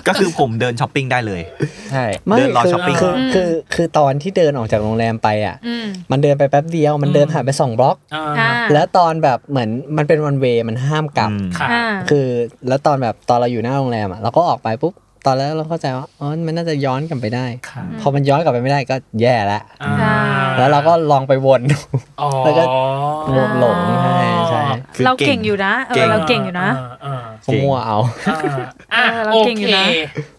S4: ก็คือผมเดินช้อปปิ้งได้เลย
S6: ใช่
S5: ไม่
S4: เดินรอ
S5: คือ
S4: ช้อปปิ้ง
S5: คือคือคือตอนที่เดินออกจากโรงแรมไปอ่ะ
S2: อืม
S5: มันเดินไปแป๊บเดียว มันเดินผ่านไปสองบล็อก
S3: อ่า
S2: อ่า
S5: แล้วตอนแบบเหมือนมันเป็นวันเวมันห้ามกลับ
S4: อืม
S3: ค่ะ
S2: อ่า
S5: คือแล้วตอนแบบตอนเราอยู่หน้าโรงแรมอ่ะเราก็ออกไปปุ๊บ ตอนแรกเราเข้าใจว่าอ๋อมันน่าจะย้อนกลับไปได้
S3: ค่ะ
S5: พอมันย้อนกลับไปไม่ได้ก็แย่ละ
S3: อ่า
S5: แล้วเราก็ลองไปวน ดู
S3: อ๋อ
S5: แล้วก็ หลงใช่ใช่
S4: คือ
S2: เราเก่งอยู่นะเอ
S4: เก่
S2: อง เราเก่งอยู่นะ
S3: อ่า
S5: เขามั่วเอา
S3: อ่าอ่า
S2: เออเรา
S3: โอ
S2: เก่งอยู่
S3: เค
S2: นะ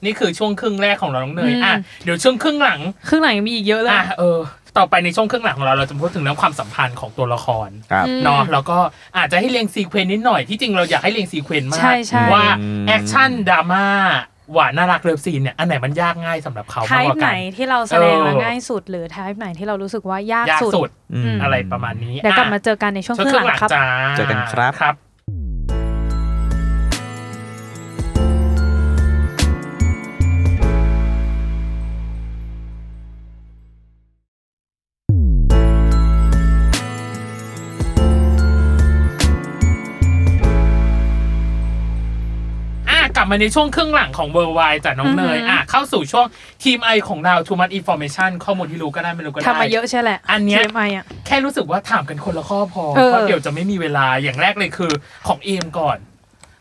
S3: นี่คือช่วงครึ่งแรกของเราน้องเนย
S2: อืม
S3: อ่ะเดี๋ยวช่วงครึ่งหลัง
S2: ครึ่งหลังยังมีอีกเยอะเลย
S3: อ่ะเออ ต่อไปในช่วงครึ่งหลังของเราเราจะพูดถึงเรื่องความสัมพันธ์ของตัวละคร
S4: ครับ
S2: อืม
S3: เนาะแล้วก็อาจจะให้เรียงซีเควนต์นิดหน่อยที่จริงเราอยากให้เรียงซีเควนต์มา
S2: ใช่
S3: ก
S2: ใช่
S3: ว่า
S6: อืม
S3: แอคชั่นดราม่าหวานน่ารักเลิฟซีนเนี่ยอันไหนมันยากง่ายสำหรับ
S2: ทาม
S3: เขาาก
S2: ย
S3: กว่า
S2: ไห
S3: กัน น
S2: ที่เราแสดงแล้ว
S3: เออ
S2: ง่ายสุด หรือทายไหนที่เรารู้สึกว่ายาก
S3: ยาก
S2: สุด
S3: สุด
S4: อืม
S3: อะไรประมาณนี้
S2: เดี๋ยวกลับมา
S3: อ่ะ
S2: เจอกันในช่วง
S3: ช่ว
S2: ค
S3: ง
S2: รึ่ง
S3: ครึ่
S2: หลั
S3: ง
S2: ง
S3: ห
S2: ค
S3: ลัง
S2: รับ
S3: จ้า
S4: เจอกันครับ
S3: ครับ มาในช่วงครึ่งหลังของเวอร์ไวจากน้องเนย
S2: อือฮึ
S3: อ่ะเข้าสู่ช่วงทีมไอของเรา too much information ข้อมูลที่รู้ก็ได้ไม่รู้ก็ได้
S2: ทำมาเยอะใช่แหละ
S3: อันเนี้ย
S2: TMI อ่ะ
S3: แค่รู้สึกว่าถามกันคนละข้อพอ
S2: เออ
S3: เพราะเดี๋ยวจะไม่มีเวลาอย่างแรกเลยคือของเอมก่อน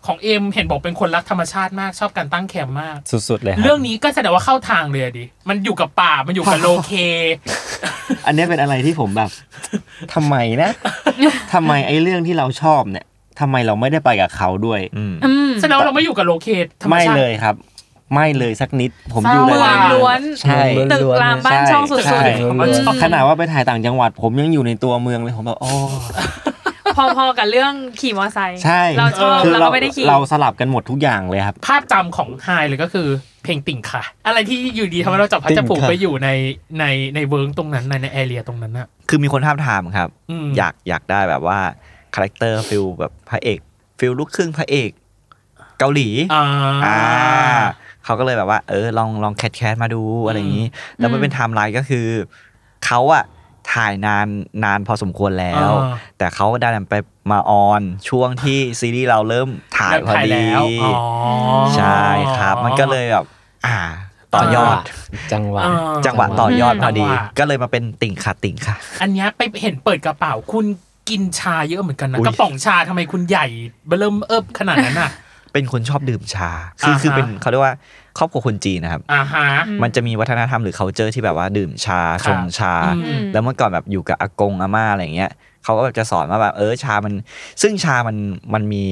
S3: ของเอมเห็นบอกเป็นคนรักธรรมชาติมากชอบการตั้งแคมป์มาก
S6: สุดๆเลยครั
S3: เรื่อบ งนี้ก็แสดงว่าเข้าทางเลยอะดิ มันอยู่กับป่า มัน อยู่กับโลเค
S4: อันเนี้ยเป็นอะไรที่ผมแบบ
S6: ทำไมนะ
S4: ทำไมไอ้เรื่องที่เราชอบเนี่ยทำไมเราไม่ได้ไปกับเขาด้วย
S2: อืม
S3: แสดงว่าเราไม่อยู่กับโลเคธรรม
S4: ไม่
S3: ชาติ
S4: เลยครับ ไม่เลยสักนิด ผม
S3: เศร้า
S4: อยู่หลาย
S3: อะ
S4: ๆ
S2: ล้วน
S4: ใช่
S5: ล้วน
S2: ตึกรามบ้านช่องสุ
S4: ใช่
S2: ด
S3: ๆของบ้านช่อง
S4: ขนาดว่าไปถ่ายต่างจังหวัด ผมยังอยู่ในตัวเมืองเลยผมแบบโอ้
S2: ๆ พอๆกับเรื่องขี่มอเตอร์ไซค์
S4: ใช่
S2: เราชอบ
S4: คือ
S2: เรา
S4: เรา
S2: ก็ไม่ได้ขี่
S4: เราสลับกันหมดทุกอย่างเลยครับ
S3: ภาพจำของไฮเลยก็คือ เพลงติ่งค่ะ อะไรที่อยู่ดีทำให้เราจับพัดจับผูก
S5: ติ่งค่ะ
S3: ไปอยู่ในในในเวิร์กตรงนั้นในในแอเรียตรงนั้นอะ
S4: คือมีคนท้าทามครับ
S3: ม
S4: อยากอยากได้แบบว่าคาแรคเตอร์ฟิลแบบพระเอกฟิลลูกครึ่งพระเอกเกาหลี
S3: อ่า
S4: อ่าเขาก็เลยแบบว่า เออลองลองแคทแคทมาดูอะไรอย่างนี้ แล้วมันเป็นไทม์ไลน์ก็คือเขาอะถ่ายนานนานพอสมควรแล้ว
S3: อ่า
S4: แต่เขาดันไปมาออนช่วงที่ซีรีส์เราเริ่มถ่ายพอดี
S3: แล้วอ๋อ
S4: ใช่ครับ มันก็เลยแบบอ่า ต่อยอด
S5: จังหวะ
S3: อ่า
S4: จังหวะต่อยอดพอดี
S3: จังหวะ
S4: ก็เลยมาเป็นติ่งค่ะติ่งค่ะ
S3: อันเนี้ยไปเห็นเปิดกระเป๋าคุณกินชาเยอะเหมือนกันนะ
S4: อุ๊ย
S3: กระป๋องชาทำไมคุณใหญ่เบิ่มเอิบขนาดนั้นอ่ะ
S4: เป็นคนชอบดื่มชา คือ
S3: อ่า
S4: คือ
S3: ฮะ
S4: เป็นเขาเรียกว่าครอบครัวคนจีนนะครับ
S3: อ่าฮะ
S2: อืม
S4: มันจะมีวัฒนธรรมหรือ culture ที่แบบว่าดื่มชา
S3: ค
S4: ช
S3: รับ
S4: งชา
S3: อืม
S4: แล้วเมื่อก่อนแบบอยู่กับอากงอาม่าอะไรอย่างเงี้ยเขาก็แบบจะสอนว่าแบบเออชามัน ซึ่งชามันมันมี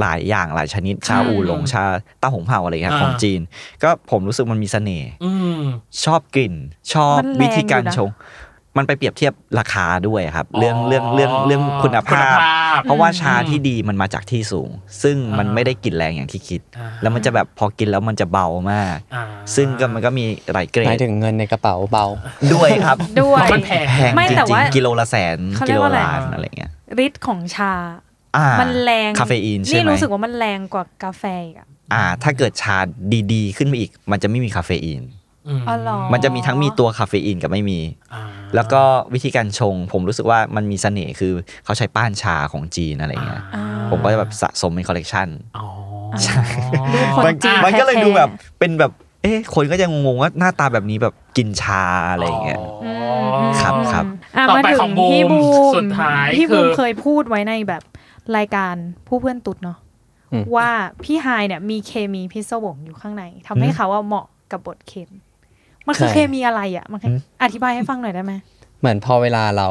S4: หลายอย่างหลายชนิดชา
S3: อืม
S4: อูหลงชาเต้าหงเผาอะไรเงี้ย
S3: อ่า
S4: ของจีน ก็ผมรู้สึกมันมีเสน่ห์
S3: อืม
S4: ชอบกลิ่น ชอบ
S2: มันแรง
S4: วิธีการ
S2: อยู่นะ
S4: ชง มันไปเปรียบเทียบราคาด้วยครับ
S3: อ๋อ
S4: เรื่องเรื่องเรื่องเรื่องคุณ
S3: คุณ
S4: ภาพ
S3: ภาพ
S4: เพราะว่าชา
S3: อืม
S4: ที่ดีมันมาจากที่สูง ซึ่งมัน
S3: อ่า
S4: ไม่ได้กลิ่นแรงอย่างที่คิด
S3: อ่า
S4: แล้วมันจะแบบพอกินแล้วมันจะเบามาก
S3: อ่า
S4: ซึ่งก็มันก็มีหลายเกร
S5: หมาย
S4: ด
S5: ถึงเงินในกระเป๋าเบา
S4: ด้วยครับ
S2: ด้วย
S3: เพราะมันแพง
S4: แพง
S2: ไม่
S4: จ
S2: แต่
S4: ริง
S2: ว่า
S4: ๆกิโลละแสน
S2: เขาเรี
S4: กิ
S2: ยก
S4: โล
S2: ว่าอะไร
S4: ละล้านอะไรเงี้ย
S2: ฤทธิ์ของชา
S4: อ่ามั
S2: มันแรง
S4: คาเฟอีนใช่
S2: นี่
S4: ไหม
S2: รู้สึกว่ามันแรงกว่ากาแฟอีกอ่ะ
S4: อ่า ถ้าเกิดชาดีๆ ขึ้นมาอีก มันจะไม่มีคาเฟอีน
S3: อืม
S2: อ๋อเหรอ
S4: มันจะมีทั้งมีตัวคาเฟอีนกับไม่มี
S3: อ่า
S4: แล้วก็วิธีการชง ผมรู้สึกว่ามันมีเสน่ห์คือเขาใช้ป้านชาของจีนอะไรเงี้ย
S2: อ่า
S4: ผมก็จะแบบสะสมเป็นคอลเลกชัน
S3: อ๋อ
S2: ใช่
S3: ดู
S2: คน
S4: มัน
S2: จีน
S4: มันก็เลย
S2: แท้ๆ
S4: ดูแบบเป็นแบบ เอ๊ะคนก็จะงงๆว่าหน้าตาแบบนี้แบบกินชาอะไรเงี้ย
S3: อ๋อ
S4: ครับครับ
S2: อ่ะ
S3: ต่อ
S2: มา
S3: ไป
S2: ถึง
S3: ของบูม
S2: พี่บูม
S3: สุดท้าย
S2: พี่บู
S3: คื
S2: ม
S3: อ
S2: เคยพูดไว้ในแบบรายการผู้เพื่อนตุดเนาะ
S5: อืม
S2: ว่าพี่ไฮายเนี่ยมีเคมีพิศวงอยู่ข้างในทำให้เขาว่าเหมาะกับบทเคนมันคือเคมีอะไรอ่ะมันคืออธิบายให้ฟังหน่อยได้ไหม
S5: เหมือนพอเวลาเรา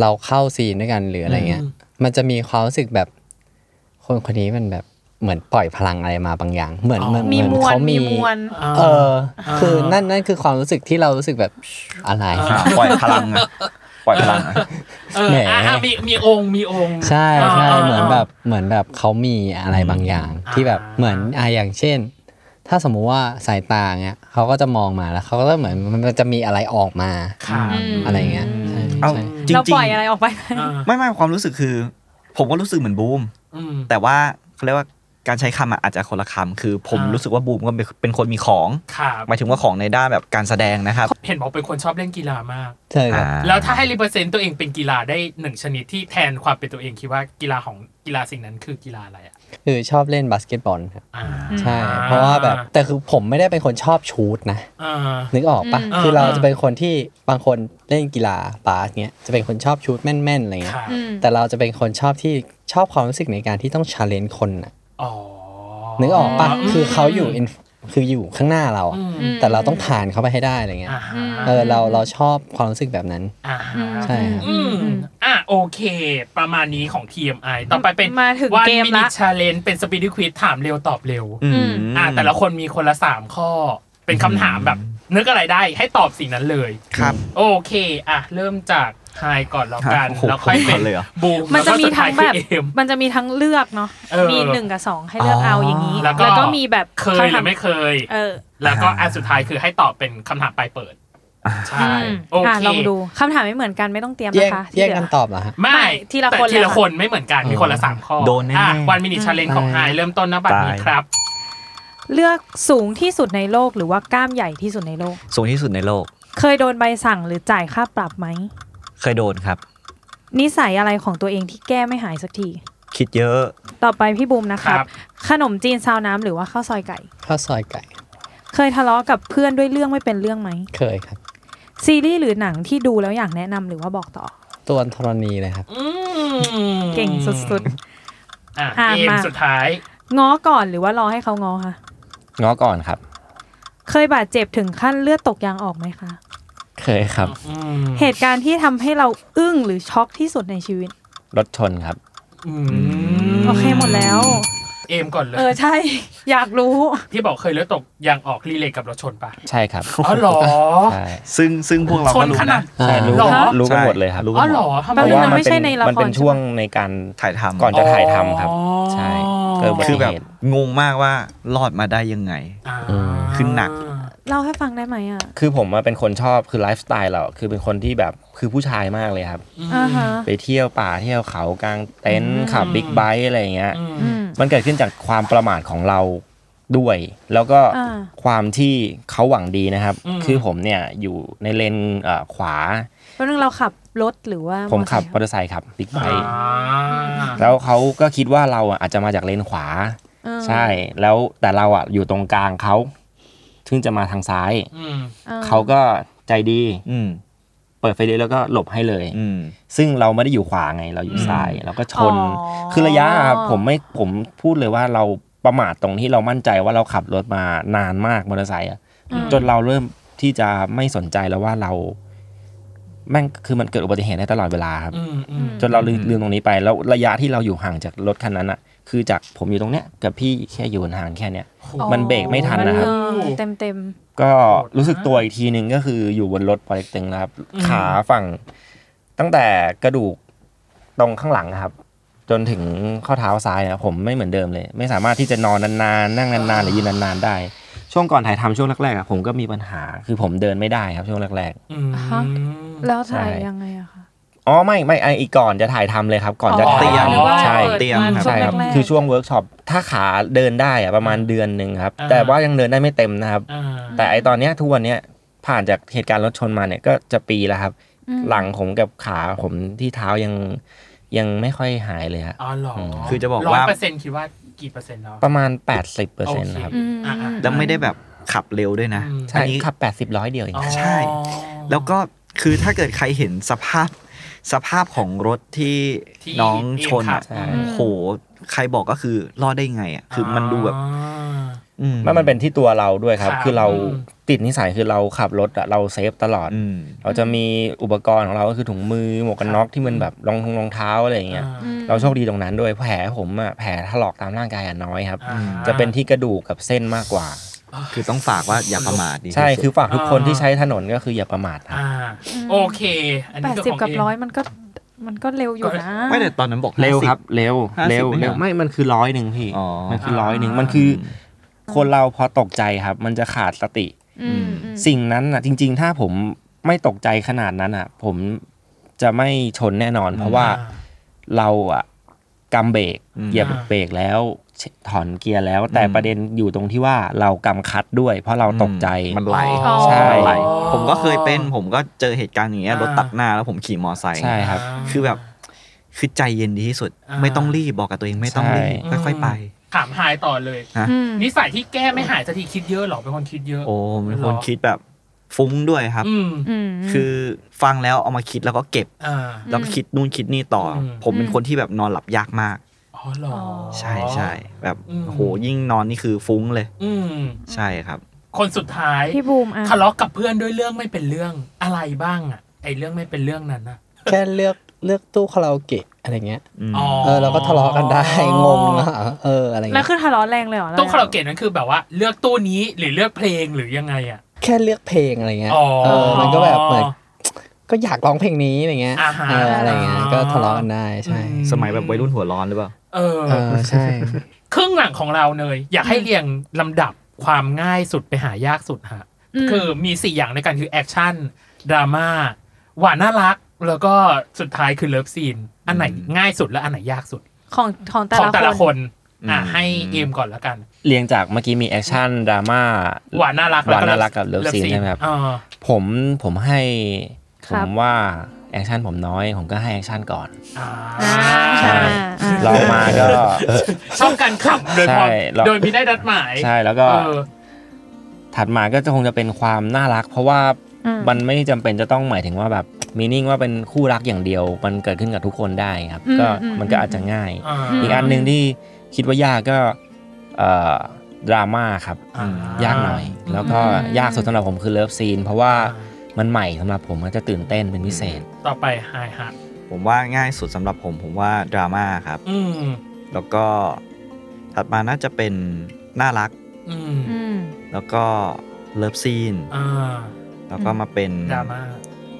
S5: เราเข้าซีนด้วยกันหรืออะไรเงี้ย
S3: อืม
S5: มันจะมีความรู้สึกแบบ คนคนนี้มันแบบเหมือนปล่อยพลังอะไรมาบางอย่าง เหมือนเหมือน
S2: มีม
S5: เหมือน
S2: วล
S5: เขา
S2: มี
S5: มี
S2: มวล
S3: อ่า
S5: เออ คืออา
S3: นั่
S5: นั่นนั่นคือความรู้สึกที่เรารู้สึกแบบอะไร
S4: อ่าปล่อยพลังอะปล่อยพลังอะ
S3: เออ
S5: แหม
S3: อ่ะอ่ะมีมีองค์มีองค์
S5: ใช่ใช่
S3: าา
S5: เหมือนแบบเหมือนแบบเขามีอะไรบางอย่าง
S3: อืม
S5: ที่แบบ
S3: อ่า
S5: เหมือนอ่ะอย่างเช่น ถ้าสมมุติว่าสายตาเงี้ยเขาก็จะมองมาแล้วเขาก็เหมือนมันจะมีอะไรออกมา
S3: ค่ะ
S2: อืม
S5: อะไรเงี้ยใช่
S4: เอา
S5: ใช่
S4: จริงๆ
S2: เราปล่อยอะไรออกไปไหม
S3: อ่า
S4: ไม่ไม่ความรู้สึกคือ ผมก็รู้สึกเหมือนบูม
S3: อืม
S4: แต่ว่าเขาเรียกว่าการใช้คำอะอาจจะคนละคำคือผม
S3: อ่ารู้
S4: รู้สึกว่าบูมก็เป็นเป็นคนมีของ
S3: ค่ะ
S4: หมายถึงว่าของในด้านแบบการแสดงนะครับ
S3: เห็นบอกเป็นคนชอบเล่นกีฬามาก
S5: ใช่ครับ
S4: อ่า
S3: แล้วถ้าให้รีเปอร์เซนต์ตัวเองเป็นกีฬาได้หนึ่งชนิดที่แทนความเป็นตัวเองคิดว่ากีฬาของกีฬาสิ่งนั้นคือกีฬาอะไรอ่ะ
S5: คือชอบเล่นบาสเกตบอลครับ
S3: อ่า
S5: ใช่ เพราะว่าแบบแต่คือผมไม่ได้เป็นคนชอบชูตนะ
S3: อ่า
S5: นึกออกปะ
S3: อืม
S5: คือ
S3: อ่า
S5: เราจะเป็นคนที่บางคนเล่นกีฬาบาสเนี้ยจะเป็นคนชอบชูตแม่นๆอะไรเงี้ย
S3: ค่ะ
S5: แต่เราจะเป็นคนชอบที่ชอบความรู้สึกในการที่ต้องชาเลนจ์คนน่ะ
S3: อ๋อ
S5: นึกออกปะ
S3: ม
S5: คือเขาอยู่ in- คืออยู่ข้างหน้าเราอะ
S3: อืม
S5: แต่เราต้องผ่านเขาไปให้ได้อะไรเงี้ย
S3: อ่าฮะ
S5: เออเราเราชอบความรู้สึกแบบนั้น
S3: อ่าฮะ
S5: ใช่ครับ
S3: อืมอ่ะโอเค ประมาณนี้ของ TMI ต่อไปเป็น
S2: มาถึงเกมละ
S3: ชาเลนเป็นสปีดควิดถามเร็วตอบเร็ว
S4: อืม
S3: อ่าแต่ละคนมีคนละสามข้อ เป็นคำถามแบบ นึกอะไรได้ให้ตอบสิ่งนั้นเลย
S4: ครับ
S3: โอเค อ่ะ เริ่มจากไฮก่อนแล้วกัน
S4: ครับโอ้โห
S3: แล้วค่อยเป็น
S4: ก่อนเลยเหรอ
S3: บู
S2: มันจะมี
S3: ล้วก็สุดา
S2: ทั้
S3: ย
S2: งแบบ
S3: คือเอ็ม
S2: มันจะมีทั้งเลือกเนาะ
S3: เออ
S2: มีหนึ่งกับสองให้เลือกเอาอย่างนี้
S3: แล้วก็
S2: แล้วก็มีแบบ
S3: เคยหรือไม่เคย
S2: เออ
S3: แล้วก็อันสุดท้ายคือให้ตอบเป็นคำถามปลายเปิด ใช่ โอ
S2: อ่ะ
S3: เค
S2: ลองดูคำถามไม่เหมือนกันไม่ต้องเตรียม
S5: แยก
S2: นะคะที่
S5: แยก
S2: เหลือ
S5: คำตอบเหรอฮะ
S3: ไม่
S2: ไม่ทีละ
S3: แต่
S2: คนเลย
S3: ทีละ
S2: ค่ะ
S3: คนไม่เหมือนกันมีคนละสามข้อ
S4: โดนแน่ๆ
S3: วันมินิชาเลนของไฮเริ่มต้นนะบัดนี้
S4: ตาย
S3: ครับ
S2: เลือกสูงที่สุดในโลกหรือว่ากล้ามใหญ่ที่สุดในโลก
S4: สูงที่สุดในโลก
S2: เคยโดนใบสั่งหรือจ่ายค่าปรับไหม
S4: เคยโดนครับ
S2: นิสัยอะไรของตัวเองที่แก้ไม่หายสักที
S4: คิดเยอะ
S2: ต
S8: ต่อไปพี่บูมนะครับ
S3: ครับ
S8: ขนมจีนซาวน้ำหรือว่าข้าวซอยไก่
S5: ข้าวซอยไก่
S8: เคยทะเลาะกับเพื่อนด้วยเรื่องไม่เป็นเรื่องไหม
S5: เคยครับ
S8: ซีรีส์หรือหนังที่ดูแล้วอยากแนะนำหรือว่าบอกต่อ
S5: ตัวธรณีเลยครับ
S3: อืม
S8: เก่งสุด
S3: อ่ะ
S8: อ่ะ
S3: เกม
S8: มา
S3: สุดท้าย
S8: ๆ ง้อก่อนหรือว่ารอให้เขาง้อคะ
S6: ง้อก่อนครับ
S8: เคยบาดเจ็บถึงขั้นเลือดตกยางออกไหมคะ
S6: เคยครับ
S3: อืม
S8: เหตุการณ์ที่ทำให้เราอึ้งหรือช็อกที่สุดในชีวิต
S6: รถชนครับ
S3: อืม
S8: โอเคหมดแล้ว
S3: เอมก่อนเล
S8: เออย ใช่ อยากรู้
S3: ที่บอกเคยเลือดตกยางออกรีเลทกับรถชนปะ
S6: ใช่ครับ
S3: อ๋อเหรอ
S6: ใช่
S4: ซึ่งซึ่งพวกเรา
S3: ช
S4: ก็
S3: น
S4: รู้
S3: ขนา
S4: นะ
S3: ด
S6: ใช่รู้
S3: เหรอ
S6: รู้กัน
S4: ใช่
S6: หมดเลยครับ
S3: อ๋อเหรอทำ
S6: เพ
S3: ไม
S6: ราะ
S3: นะ
S6: ว่ามัน
S8: ไม่ใช่
S6: เป็น
S8: ในละคร
S6: มันเป็น
S8: ใช่ไหม
S6: ช่วงในการ
S4: ถ่ายทำ
S6: ก่อนจะถ่ายทำครับ
S3: อ๋อ
S6: ใช่เกิดอุบัติ
S4: คือแบบ
S6: เหตุ
S4: งงมากว่ารอดมาได้ยังไง
S3: อ่า
S4: คือหนัก
S8: เล่าให้ฟังได้ไหมอ่ะ
S6: คือผมว่าเป็นคนชอบคือไลฟ์สไตล์เราคือเป็นคนที่แบบคือผู้ชายมากเลยครับ
S3: อืม
S8: อ่าฮะ
S6: ไปเที่ยวป่าเที่ยวเขากลางเต็น
S3: อื
S6: ท์
S3: ม
S6: ขับบิ๊กไบค์อะไรอย่างเงี้ย
S3: อืม
S8: อืม
S6: มันเกิดขึ้นจากความประมาทของเราด้วย แล้วก็
S8: อ่า
S6: ความที่เขาหวังดีนะครับ คือผมเนี่ยอยู่ในเลนเอ่อขวา
S8: เพราะนึงเราขับรถหรือว่า
S6: ผมขับ
S8: อ
S6: มอ
S8: เตอร์ไซค์
S6: เตอร์ไซค์ครับบิ๊กไบ
S3: อ่า
S6: ค์แล้วเขาก็คิดว่าเราอ่ะอาจจะมาจากเลนขวา
S8: เออ
S6: ใช่ แล้วแต่เราอ่ะอยู่ตรงกลางเขาซึ่งจะมาทางซ้าย
S3: อืม
S8: ออ
S6: เขาก็ใจดี
S4: อืม
S6: เปิดไฟเลี้ยวแล้วก็หลบให้เลย
S4: อืม
S6: ซึ่งเราไม่ได้อยู่ขวาไงเราอยู่ซ้ายเราก็ชน
S8: อ๋อ
S6: คือระยะอะผมไม่ผมพูดเลยว่าเราประมาทตรงที่เรามั่นใจว่าเราขับรถมานานมากมอเตอร์ไซค์อะจนเราเริ่มที่จะไม่สนใจแล้วว่าเรา แม่งคือมันเกิดอุบัติเหตุได้ตลอดเวลาครับ
S3: อืมอืม
S6: จนเราลืมลืมตรงนี้ไป แล้วระยะที่เราอยู่ห่างจากรถคันนั้นอะคือจากผมอยู่ตรงเนี้ยกับพี่แค่อยู่ห่างแค่เนี้ย มันเบรกไม่ทันนะครับ
S8: เต็มเต็มๆ
S6: ก็รู้สึกตัวอีกทีหนึ่งก็คืออยู่บนรถปอเล็กตึงนะครับ ขาฝั่ง ตั้งแต่กระดูกตรงข้างหลังนะครับ จนถึงข้อเท้าซ้ายนะครับผมไม่เหมือนเดิมเลย ไม่สามารถที่จะนอนนานๆนั่งนานๆหรือยืนนานๆได้ ช่วงก่อนถ่ายทำช่วงแรกๆอะผมก็มีปัญหา คือผมเดินไม่ได้ครับช่วงแรก
S3: อืม
S8: ฮะ แล้วถ่าย
S6: ใช่
S8: ยังไงอะคะ
S6: ๆอ๋อไม่ไม่ไออีกก่อนจะถ่ายทำเลยครับ ก่อนจะถ่าย
S4: เตรียม
S6: ทำใช่
S4: เตรียม
S6: ใช่ครับ
S8: แกๆ
S6: คือช่วงเวิร์กช็อปถ้าขาเดินได้อะประมาณเดือนหนึ่งครับ
S3: อ่า
S6: แต่ว่ายังเดินได้ไม่เต็มนะครับ
S3: อ่า
S6: แต่ไอตอนเนี้ยทุกวันเนี้ยผ่านจากเหตุการณ์รถชนมาเนี่ยก็จะปีแล้วครับ
S8: อืม
S6: หลังผมกับขาผมที่เท้ายังยังไม่ค่อยหายเลยฮะ
S3: อ๋อเหรอ
S4: คือจะบอก
S3: ร้
S4: ว่า
S3: อยเปอร์เซ็นต์คิดว่ากี่เปอร์เซ็นต์แล้ว
S6: ประมาณ 80เปอร์เซ็นต์ครับ
S3: โอเคอ่ะ
S4: แล้วไม่ได้แบบขับเร็วด้วยนะ
S3: อืม
S6: ใช่
S4: อันนี้
S6: ขับ 80ร้อยเดียวเอง
S3: อ๋อ
S4: ใช่ แล้วก็คือถ้าเกิดใครเห็นสภาพสภาพของรถที่
S3: ที่
S4: น้องชน
S3: เขับ
S4: อ่ะโหใครบอกก็คือรอดได้ไงอ่ะคือมันดูแบบ
S3: อ่า
S4: อื
S6: ไม่มันเป็นที่ตัวเราด้วยครับ
S3: ครับ
S6: คือเรา
S3: อืม
S6: ติดนิสัยคือเราขับรถอะเราเซฟตลอด
S4: อืม
S6: เราจะมีอุปกรณ์ของเราก็คือถุงมือหมวกกันน็อกที่มันแบบรองทงรองเท้าอะไรอย่างเงี้ย
S3: อ่า
S6: เราโชคดีตรงนั้นด้วยแผลผมอะแผลถลอกตามร่างกายอะน้อยครับ
S3: อ่า
S6: จะเป็นที่กระดูกกับเส้นมากกว่า
S4: คือต้องฝากว่าอย่าประมาทดี
S6: ใช่คือฝากทุกคน
S3: อ่า
S6: ที่ใช้ถนนก็คืออย่าประมาทครับ
S3: อ่าโอเค อัน
S8: แป
S3: นี้
S8: ด
S3: ก็
S8: สิบ
S3: ของ
S8: กับ
S3: เอ
S8: ร้อ
S3: ม
S8: ยมันก็มันก็เร็วอยู่นะ
S4: ไม่แต่ตอนนั้นบอก
S6: เร็วครับเร็ว
S4: ห้าสิบ
S6: เร็ว
S4: ไม่เหรอ
S6: เร็วไม่มันคือร้อยหนึ่งพี่
S4: อ๋อ
S6: มันคือร้อยหนึ่งมันคือ คนเราพอตกใจครับ มันจะขาดสติ
S8: อืมอืม
S6: สิ่งนั้นอ่ะ จริง ๆ ถ้าผมไม่ตกใจขนาดนั้นอ่ะ ผมจะไม่ชนแน่นอน เพราะว่าเราอ่ะกำเบรก
S4: อืม
S6: เหยียบ
S3: อ่า
S6: เบรกแล้วเชถอนเกียร์แล้ว แต่ประเด็นอยู่ตรงที่ว่าเรากำคัดด้วย เพราะเราตกใจ
S4: มันไหล
S3: อ๋อ
S6: ใช่
S4: ไหลผมก็เคยเป็น ผมก็เจอเหตุการณ์อย่างเงี้ย
S3: อ่าร ร
S4: ถตัดหน้าแล้วผมขี่มอไซค์
S6: ใช่ครับ
S3: อ่า
S4: คือแบบคือใจเย็นดีที่สุด
S3: อ่า
S4: ไม่ต้องรีบบอกกับตัวเองไม่ต้องรีบ
S6: ใช่
S4: ค่อยๆไป
S3: ถามหายต่อเลย
S8: อืม
S3: นิสัยที่แก้ไม่หายสักทีคิดเยอะเหรอเป็นคนคิดเยอะ
S4: โอ้เป็น
S3: เห
S4: ค
S3: รอ
S4: นคิดแบบฟุ้งด้วยครับ
S3: อืม
S8: อืม
S4: คือฟังแล้วเอามาคิดแล้วก็เก็บ
S3: อ่า
S4: แล้วก็คิดนู่นคิดนี่ต่ออ
S3: ม
S4: ผมเป็น
S8: อืม
S4: คนที่แบบนอนหลับยากมาก
S3: อ๋อเหรอ
S4: ใช่ใช่แบบ
S3: อืม
S4: โหยิ่งนอนนี่คือฟุ้งเลย
S3: อืม
S4: ใช่ครับ
S3: คนสุดท้าย
S8: พี่บูมอ่ะ
S3: ทะเลาะกับเพื่อนด้วยเรื่องไม่เป็นเรื่องอะไรบ้างอะไอเรื่องไม่เป็นเรื่องนั้นอะ
S5: แค่เลือกเลือกตู้คาราโอเกะอะไรเงี้ย
S4: อืม
S3: อ๋อ
S5: เออเราก็ทะเลาะกันได้ งงนะเอออะไร
S8: แล้ว
S5: เงี้ย
S8: คือทะเลาะแรงเลยเหรอ
S3: ต้องคาราโอเกะนั้นคือแบบว่าเลือกตู้นี้หรือเลือกเพลงหรือยังไงอะ
S5: แค่เลือกเพลงอะไรเงี้ย
S3: อ๋อ
S5: เออมันก็แบบเหมือนก็อยากร้องเพลงนี้อะไรเงี้ย
S3: อ่าฮะ
S5: เอออะไรเงี้ยก็ทะเลาะกันได้ใช่
S3: อื
S4: สมัยแบบวัยรุ่นหัวร้อนหรือเปล่า
S3: เออ
S5: เออใช่
S3: ครึ่งหลังของเราเนยอยากให้เรียงลำดับความง่ายสุดไปหายากสุดฮะ
S8: ม
S3: คือมีสี่อย่างในการคือแอคชั่นดราม่าหวานน่ารัก แล้วก็สุดท้ายคือเลิฟซีน อันไหนง่ายสุดและอันไหนยากสุด
S8: ของของแต่
S3: ของ
S8: ละ
S3: แต่ละ
S8: ค
S3: คน น อ่ะ
S4: อืม
S3: ให้เอมก่อนแล้วกัน
S6: เรียงจากเมื่อกี้มีแอคชั่นดราม่า
S3: หวานน่ารัก
S6: หวานน่ารักกับเลิฟซีนใช่ไหมครับ
S3: เออ
S6: ผมผมให้ ผ
S8: ครับ
S6: มว่า แอคชั่นผมน้อยผมก็ให้แอคชั่นก่อน
S3: อ่า
S6: ใช่
S2: อ่า
S6: ลองมาก็
S3: ชอบการขับโดย
S6: ใช่
S3: ความ
S6: เรา
S3: โดยไม่ได้นัดหมาย
S6: ใช่แล้วก็
S3: เออ
S6: ถัดมาก็จะคงจะเป็นความน่ารัก เพราะว่า
S2: อืม
S6: มันไม่จำเป็นจะต้องหมายถึงว่าแบบมีนิ่งว่าเป็นคู่รักอย่างเดียว มันเกิดขึ้นกับทุกคนได้ครับ
S2: อืม
S6: ก็
S2: อืม
S6: มันก็อาจจะง่าย
S3: อ่า
S6: อีกอันหนึ่งที่คิดว่ายากก็เอ่อดราม่าครับ
S3: อ่าย
S6: ยากหน่อย แล้วก็ยากสุดสำหรับผมคือเลิฟซีน เพราะว่ามันใหม่สำหรับผมก็จะตื่นเต้นเป็นพิเศษ
S3: ต่อไปไฮฮัท
S4: ผมว่าง่ายสุดสำหรับผมผมว่าดราม่าครับ
S3: อืม
S4: แล้วก็ถัดมาน่าจะเป็นน่ารัก
S3: อืม
S2: อืม
S4: แล้วก็เลิฟซีน
S3: อ่า
S4: แล้วก็มาเป็น
S3: ดราม่า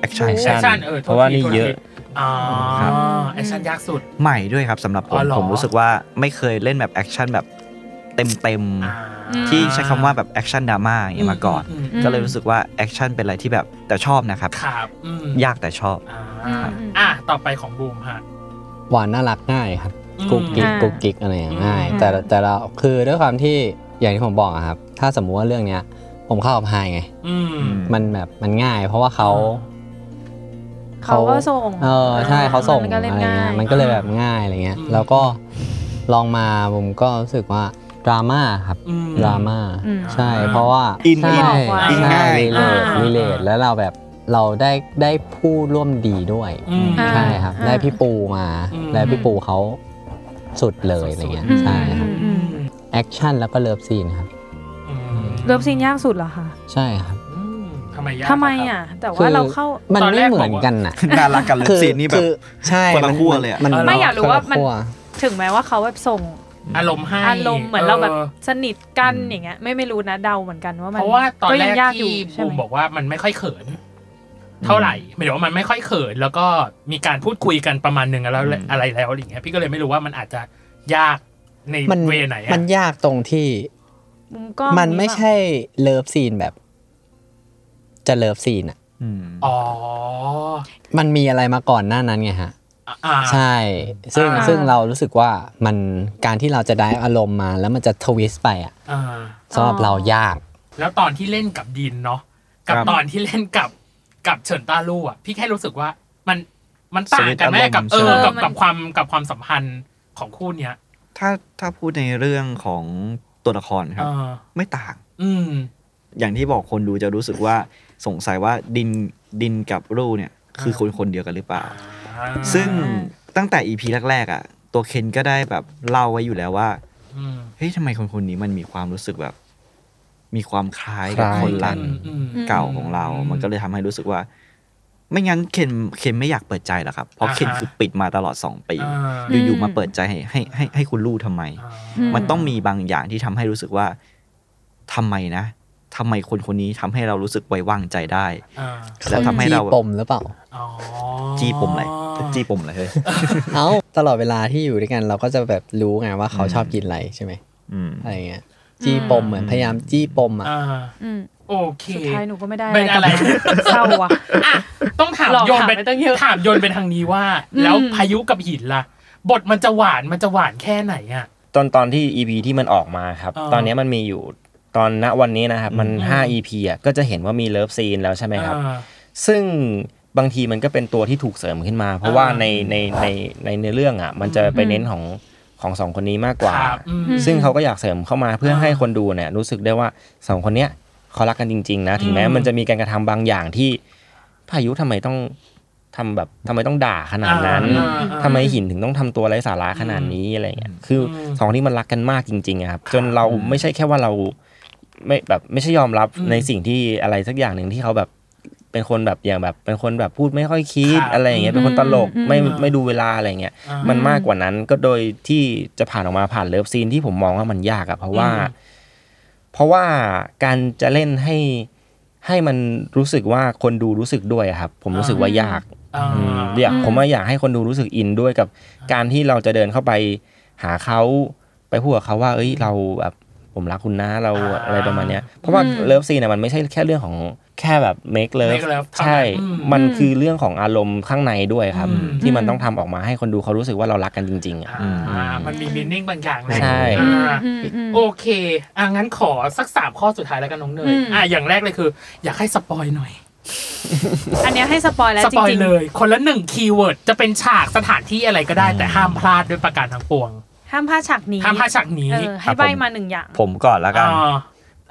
S4: แอคชั่น
S3: แอคชั่นเออโทษ
S6: เพราะว่า
S3: ที
S6: นี่
S3: โทษ
S6: เยอะ
S3: ทีอ่า
S4: ครับ
S3: แอคชั่นยากสุด
S4: ใหม่ด้วยครับสำหรับผ
S3: อ๋
S4: ม
S3: อเหรอ
S4: ผมรู้สึกว่าไม่เคยเล่นแบบแอคชั่นแบบเต็ม
S3: อ่า
S4: ๆ ที่ใช้คำว่าแบบแอคชั่นดราม่าอย่างเงี้ยมาก่อน
S3: ม
S2: อืม
S4: ก็เลยรู้สึกว่าแอคชั่นเป็นอะไรที่แบบแต่ชอบนะครับ
S3: ครับอืม
S4: ยากแต่ชอบ
S3: อ่า
S2: อืม
S3: อ่ะต่อไปของบูมฮะ
S5: หวานน่ารักง่ายครับ
S3: อืม
S5: กุ๊กกิ๊ก
S2: อ่า
S5: กุ๊กกิ๊กอะไรอย่างง่าย
S2: อืม
S5: แต่แต่เราคือด้วยความที่อย่างที่ผมบอกอะครับ ถ้าสมมุติว่าเรื่องเนี้ย ผมเข้ากับไฮไง
S3: อืม
S5: มันแบบมันง่าย เพราะว่าเขา
S2: เขาก็ส่ง
S5: เออใช่เขาส่ง
S2: มันก็
S5: อะไร
S2: เล่น
S5: เงี้ย
S2: ง่าย
S5: มันก็เลยแบบง่ายอะไรเงี้ย
S3: อืม
S5: แล้วก็ลองมาผมก็รู้สึกว่าดราม่าครับ
S3: อืม
S5: ดราม่า
S2: อืม
S5: ใช่เพราะว่า
S4: อิน
S5: ใช่
S2: อินอิน
S5: ใช่
S4: ง่าย
S5: รีเลท
S2: อ่า
S5: รีเลทแล้วเราแบบเราได้ได้ผู้ร่วมดีด้วย
S3: อืม
S5: ใช่ครับ
S2: อ่า
S5: ได้พี่ปูมา
S3: อืม
S5: และพี่ปูเขาสุดเลยอะไรเงี้ยใช่ครับ
S2: อืม
S5: แอคชั่นแล้วก็เลิฟซีนครับ
S3: อืม
S2: เลิฟซีนยากสุดเหรอคะ
S5: ใช่ครับ
S3: อืมทำไมยาก
S2: ทำไม
S3: ครับ
S2: อ่ะ แต่
S5: คื
S2: ว่าเราเข้า
S5: มัน
S3: ตอนแร
S5: ไม่
S3: ก
S5: เห
S3: บอกว่า
S5: มือนกันน่ะ
S4: น่ารักกับเลิฟซีนนี่แบบ
S5: คือใช่
S4: คนละ
S5: มัน
S4: ขั้วเลยอะ
S5: มัน
S2: ไม่อยากรู้ว่ามัน
S5: คละขั้
S2: ถึงแม้ว่าเขาแบบส่ง
S3: อารมณ์ให้
S2: อารมณ์เหมือนเราแบบ
S3: ออ
S2: สนิทกันอย่างเงี้ยไม่ไม่รู้นะเดาเหมือนกันว่ามัน
S3: เพราะว่าตอนแร
S2: ยัง
S3: ก
S2: ยากอยู่
S3: ที่
S2: ใช่
S3: บู
S2: ไห
S3: ม
S2: ม
S3: บอกว่ามันไม่ค่อยเขิน เท่าไหร่หมายถึงว่ามันไม่ค่อยเขิน แล้วก็มีการพูดคุยกันประมาณหนึ่งแล้ว
S4: อืม
S3: อะไรแล้วอะไรอย่างเงี้ยพี่ก็เลยไม่รู้ว่ามันอาจจะยากใน
S5: มัน
S3: เวไหนอะ
S5: มันยากตรงที่
S2: มุมกล้อง
S5: มันไม่ใช่เลิฟซีนแบบ จะเลิฟซีนอ่ะ
S4: อืม
S3: อ๋อ
S5: มันมีอะไรมาก่อนหน้านั้นไงฮะ
S3: อ่า
S5: ใช่ ซึ่ง
S3: อ่า
S5: ซึ่งเรารู้สึกว่ามันการที่เราจะได้อารมณ์มา แล้วมันจะทวิสต์ไปอ่ะ
S3: อ่า
S5: สำหรับเรายาก
S3: แล้วตอนที่เล่นกับดินเนาะกับ
S4: ครับ
S3: ตอนที่เล่นกับกับเฉินต้าลู่อ่ะพี่แค่รู้สึกว่ามันมันต่างกันแม่กับเออกับกับความกับความสัมพันธ์ของคู่เนี้ย
S4: ถ้าถ้าพูดในเรื่องของตัวละครค
S3: เอ
S4: รับ
S3: อ
S4: ไม่ต่าง
S3: อืม
S4: อย่างที่บอกคนดูจะรู้สึกว่าสงสัยว่าดินดินกับรูเนี่ย คือคนคนเดียวกันหรือเปล่า ซึ่งตั้งแต่ EP แรกๆอ่ะ ตัวเคนก็ได้แบบเล่าไว้อยู่แล้วว่า
S3: อืม
S4: เฮ้ยทำไมคนคนนี้มันมีความรู้สึกแบบ มีความคล้ายกับ
S5: คล้าย
S4: คนรัก
S3: อืมอืม
S4: เก่าของเรา มันก็เลยทำให้รู้สึกว่า ไม่งั้นเคนเคนไม่อยากเปิดใจหรอกครับ เพราะ
S3: อ่าฮะ
S4: เคนคือปิดมาตลอด 2 ปี
S3: อ่า
S4: อยู่ๆมาเปิดใจให้ให้ให้ให้คุณลู่ทำไม
S3: อ่า
S4: มันต้องมีบางอย่างที่ทำให้รู้สึกว่าทำไมนะทำไมคนคนนี้ทำให้เรารู้สึกไว้วางใจได้
S3: อ่า
S4: แล้วทำให้
S5: จี
S4: เรา
S5: ปมหรือเปล่า
S3: อ๋อ
S4: จี้ปมอะไรจี้ปมอะไรเฮ้ย
S5: เอ้า ตลอดเวลาที่อยู่ด้วยกัน เราก็จะแบบรู้ไงว่าเขา
S4: อืม
S5: ชอบกินอะไรใช่ไหม
S4: อืม
S5: อะไรเงี้ยจี้ปมเหมือนพยายามจี้ปมอ่ะ
S3: อ่า
S2: อืม
S3: โอเค
S2: สุดท้ายหนูก็ไม่ได้
S3: เป็นอะไร
S2: เศร้าว่ะ
S3: อ่ะต้องถาม
S2: หลอก
S3: โยนไป
S2: ถามไปตั้งเยอะ
S3: ถามโยนไปทางนี้ว่า
S2: อืม
S3: แล้วพายุกับหินล่ะ บทมันจะหวานมันจะหวานแค่ไหนอ่ะ
S6: ตอนตอนที่ EP ที่มันออกมาครับ
S3: อ่า
S6: ตอนเนี้ยมันมีอยู่ตอนณวันนี้นะครับ มัน
S3: อืม
S6: 5 EP อ่ะก็จะเห็นว่ามีเลิฟซีนแล้วใช่ไหมครับ
S3: อ่า
S6: ซึ่งบางทีมันก็เป็นตัวที่ถูกเสริมขึ้นมา เพราะ
S3: อ่า
S6: ว่าในในในในในเรื่องอ่ะ มันจะไปเน้นของของสองคนนี้มากกว่า
S3: ครับอืม
S6: ซึ่งเขาก็อยากเสริมเข้ามาเพื่อ
S3: อ่า
S6: ให้คนดูเนี่ยรู้สึกได้ว่าสองคนเนี้ยเขารักกันจริงๆนะถึงแม้
S3: อืม
S6: มันจะมีการกระทำบางอย่างที่พายุทำไมต้องทำแบบทำไมต้องด่าขนาดนั้น
S3: อ่าอ่าอ่า
S6: ทำไมหินถึงต้องทำตัวไร้สาระขนาดนี้อะไรเงี้ยคืออ
S3: ม
S6: สองคนนี้มันรักกันมากจริงๆอะครับจนเราไม่ใช่แค่ว่าเรา ไม่แบบไม่ใช่ยอมรับ
S3: อืม
S6: ในสิ่งที่อะไรสักอย่างหนึ่งที่เขาแบบเป็นคนแบบอย่างแบบเป็นคนแบบพูดไม่ค่อยคิด
S3: ครับ
S6: อะไรอย่างเงี้ยเป็นคนตลก
S2: อืม
S6: ไม่
S3: อืม
S6: ไม่ดูเวลาอะไรอย่างเงี้ย
S3: อ่ามั
S6: มันมากกว่านั้นก็โดยที่จะผ่านออกมาผ่านเลิฟซีนที่ผมมองว่ามันยากอะเพราะว่า
S3: อืม
S6: เพราะว่าการจะเล่นให้ให้มันรู้สึกว่าคนดูรู้สึกด้วยอะครับ ผมรู้สึกว่ายาก
S3: อ่า
S6: อืมอยากผมว่าอยากให้คนดูรู้สึกอินด้วยกับการที่เราจะเดินเข้าไปหาเขาไปพูดกับเขาว่า เอ้ยเราแบบผมรักคุณนะเรา
S3: อ่า
S6: อะไรประมาณเนี้ยเพราะว่าเลิฟซีนเนี่ยมันไม่ใช่แค่เรื่องของแค่แบบ make love
S3: make love เท่านั้น
S6: ใช่
S3: อืม
S6: มันคือเรื่องของอารมณ์ข้างในด้วยครับ
S3: อืม
S6: ที่มันต้องทำออกมาให้คนดูเขารู้สึกว่าเรารักกันจริงๆอ่ะ
S3: อ่ามันมีมินิ่งบางอย่างแหละ
S6: ใช่
S3: อ่า
S2: อืมอืม
S3: โอเคอ่ะงั้นขอสักสามข้อสุดท้ายแล้วกันน้องเน
S2: อื
S3: ย
S2: ม
S3: อ่ะอย่างแรกเลยคือ อยากให้สปอยหน่อย
S2: อันเนี้ยให้สปอยแล้ว
S3: ส
S2: จ
S3: ปอย
S2: ริง
S3: เลย คนละหนึ่งคีย์เวิร์ดจะเป็นฉากสถานที่อะไรก็ได้ แต่ห้ามพลาดด้วยประการทั้งปวง
S2: ๆห้ามพลาดฉากนี้
S3: ห้ามพลาดฉากนี้
S2: เออให้ใบมาหนึ่งอย่าง
S4: ผมก่อนละกัน
S3: อ่า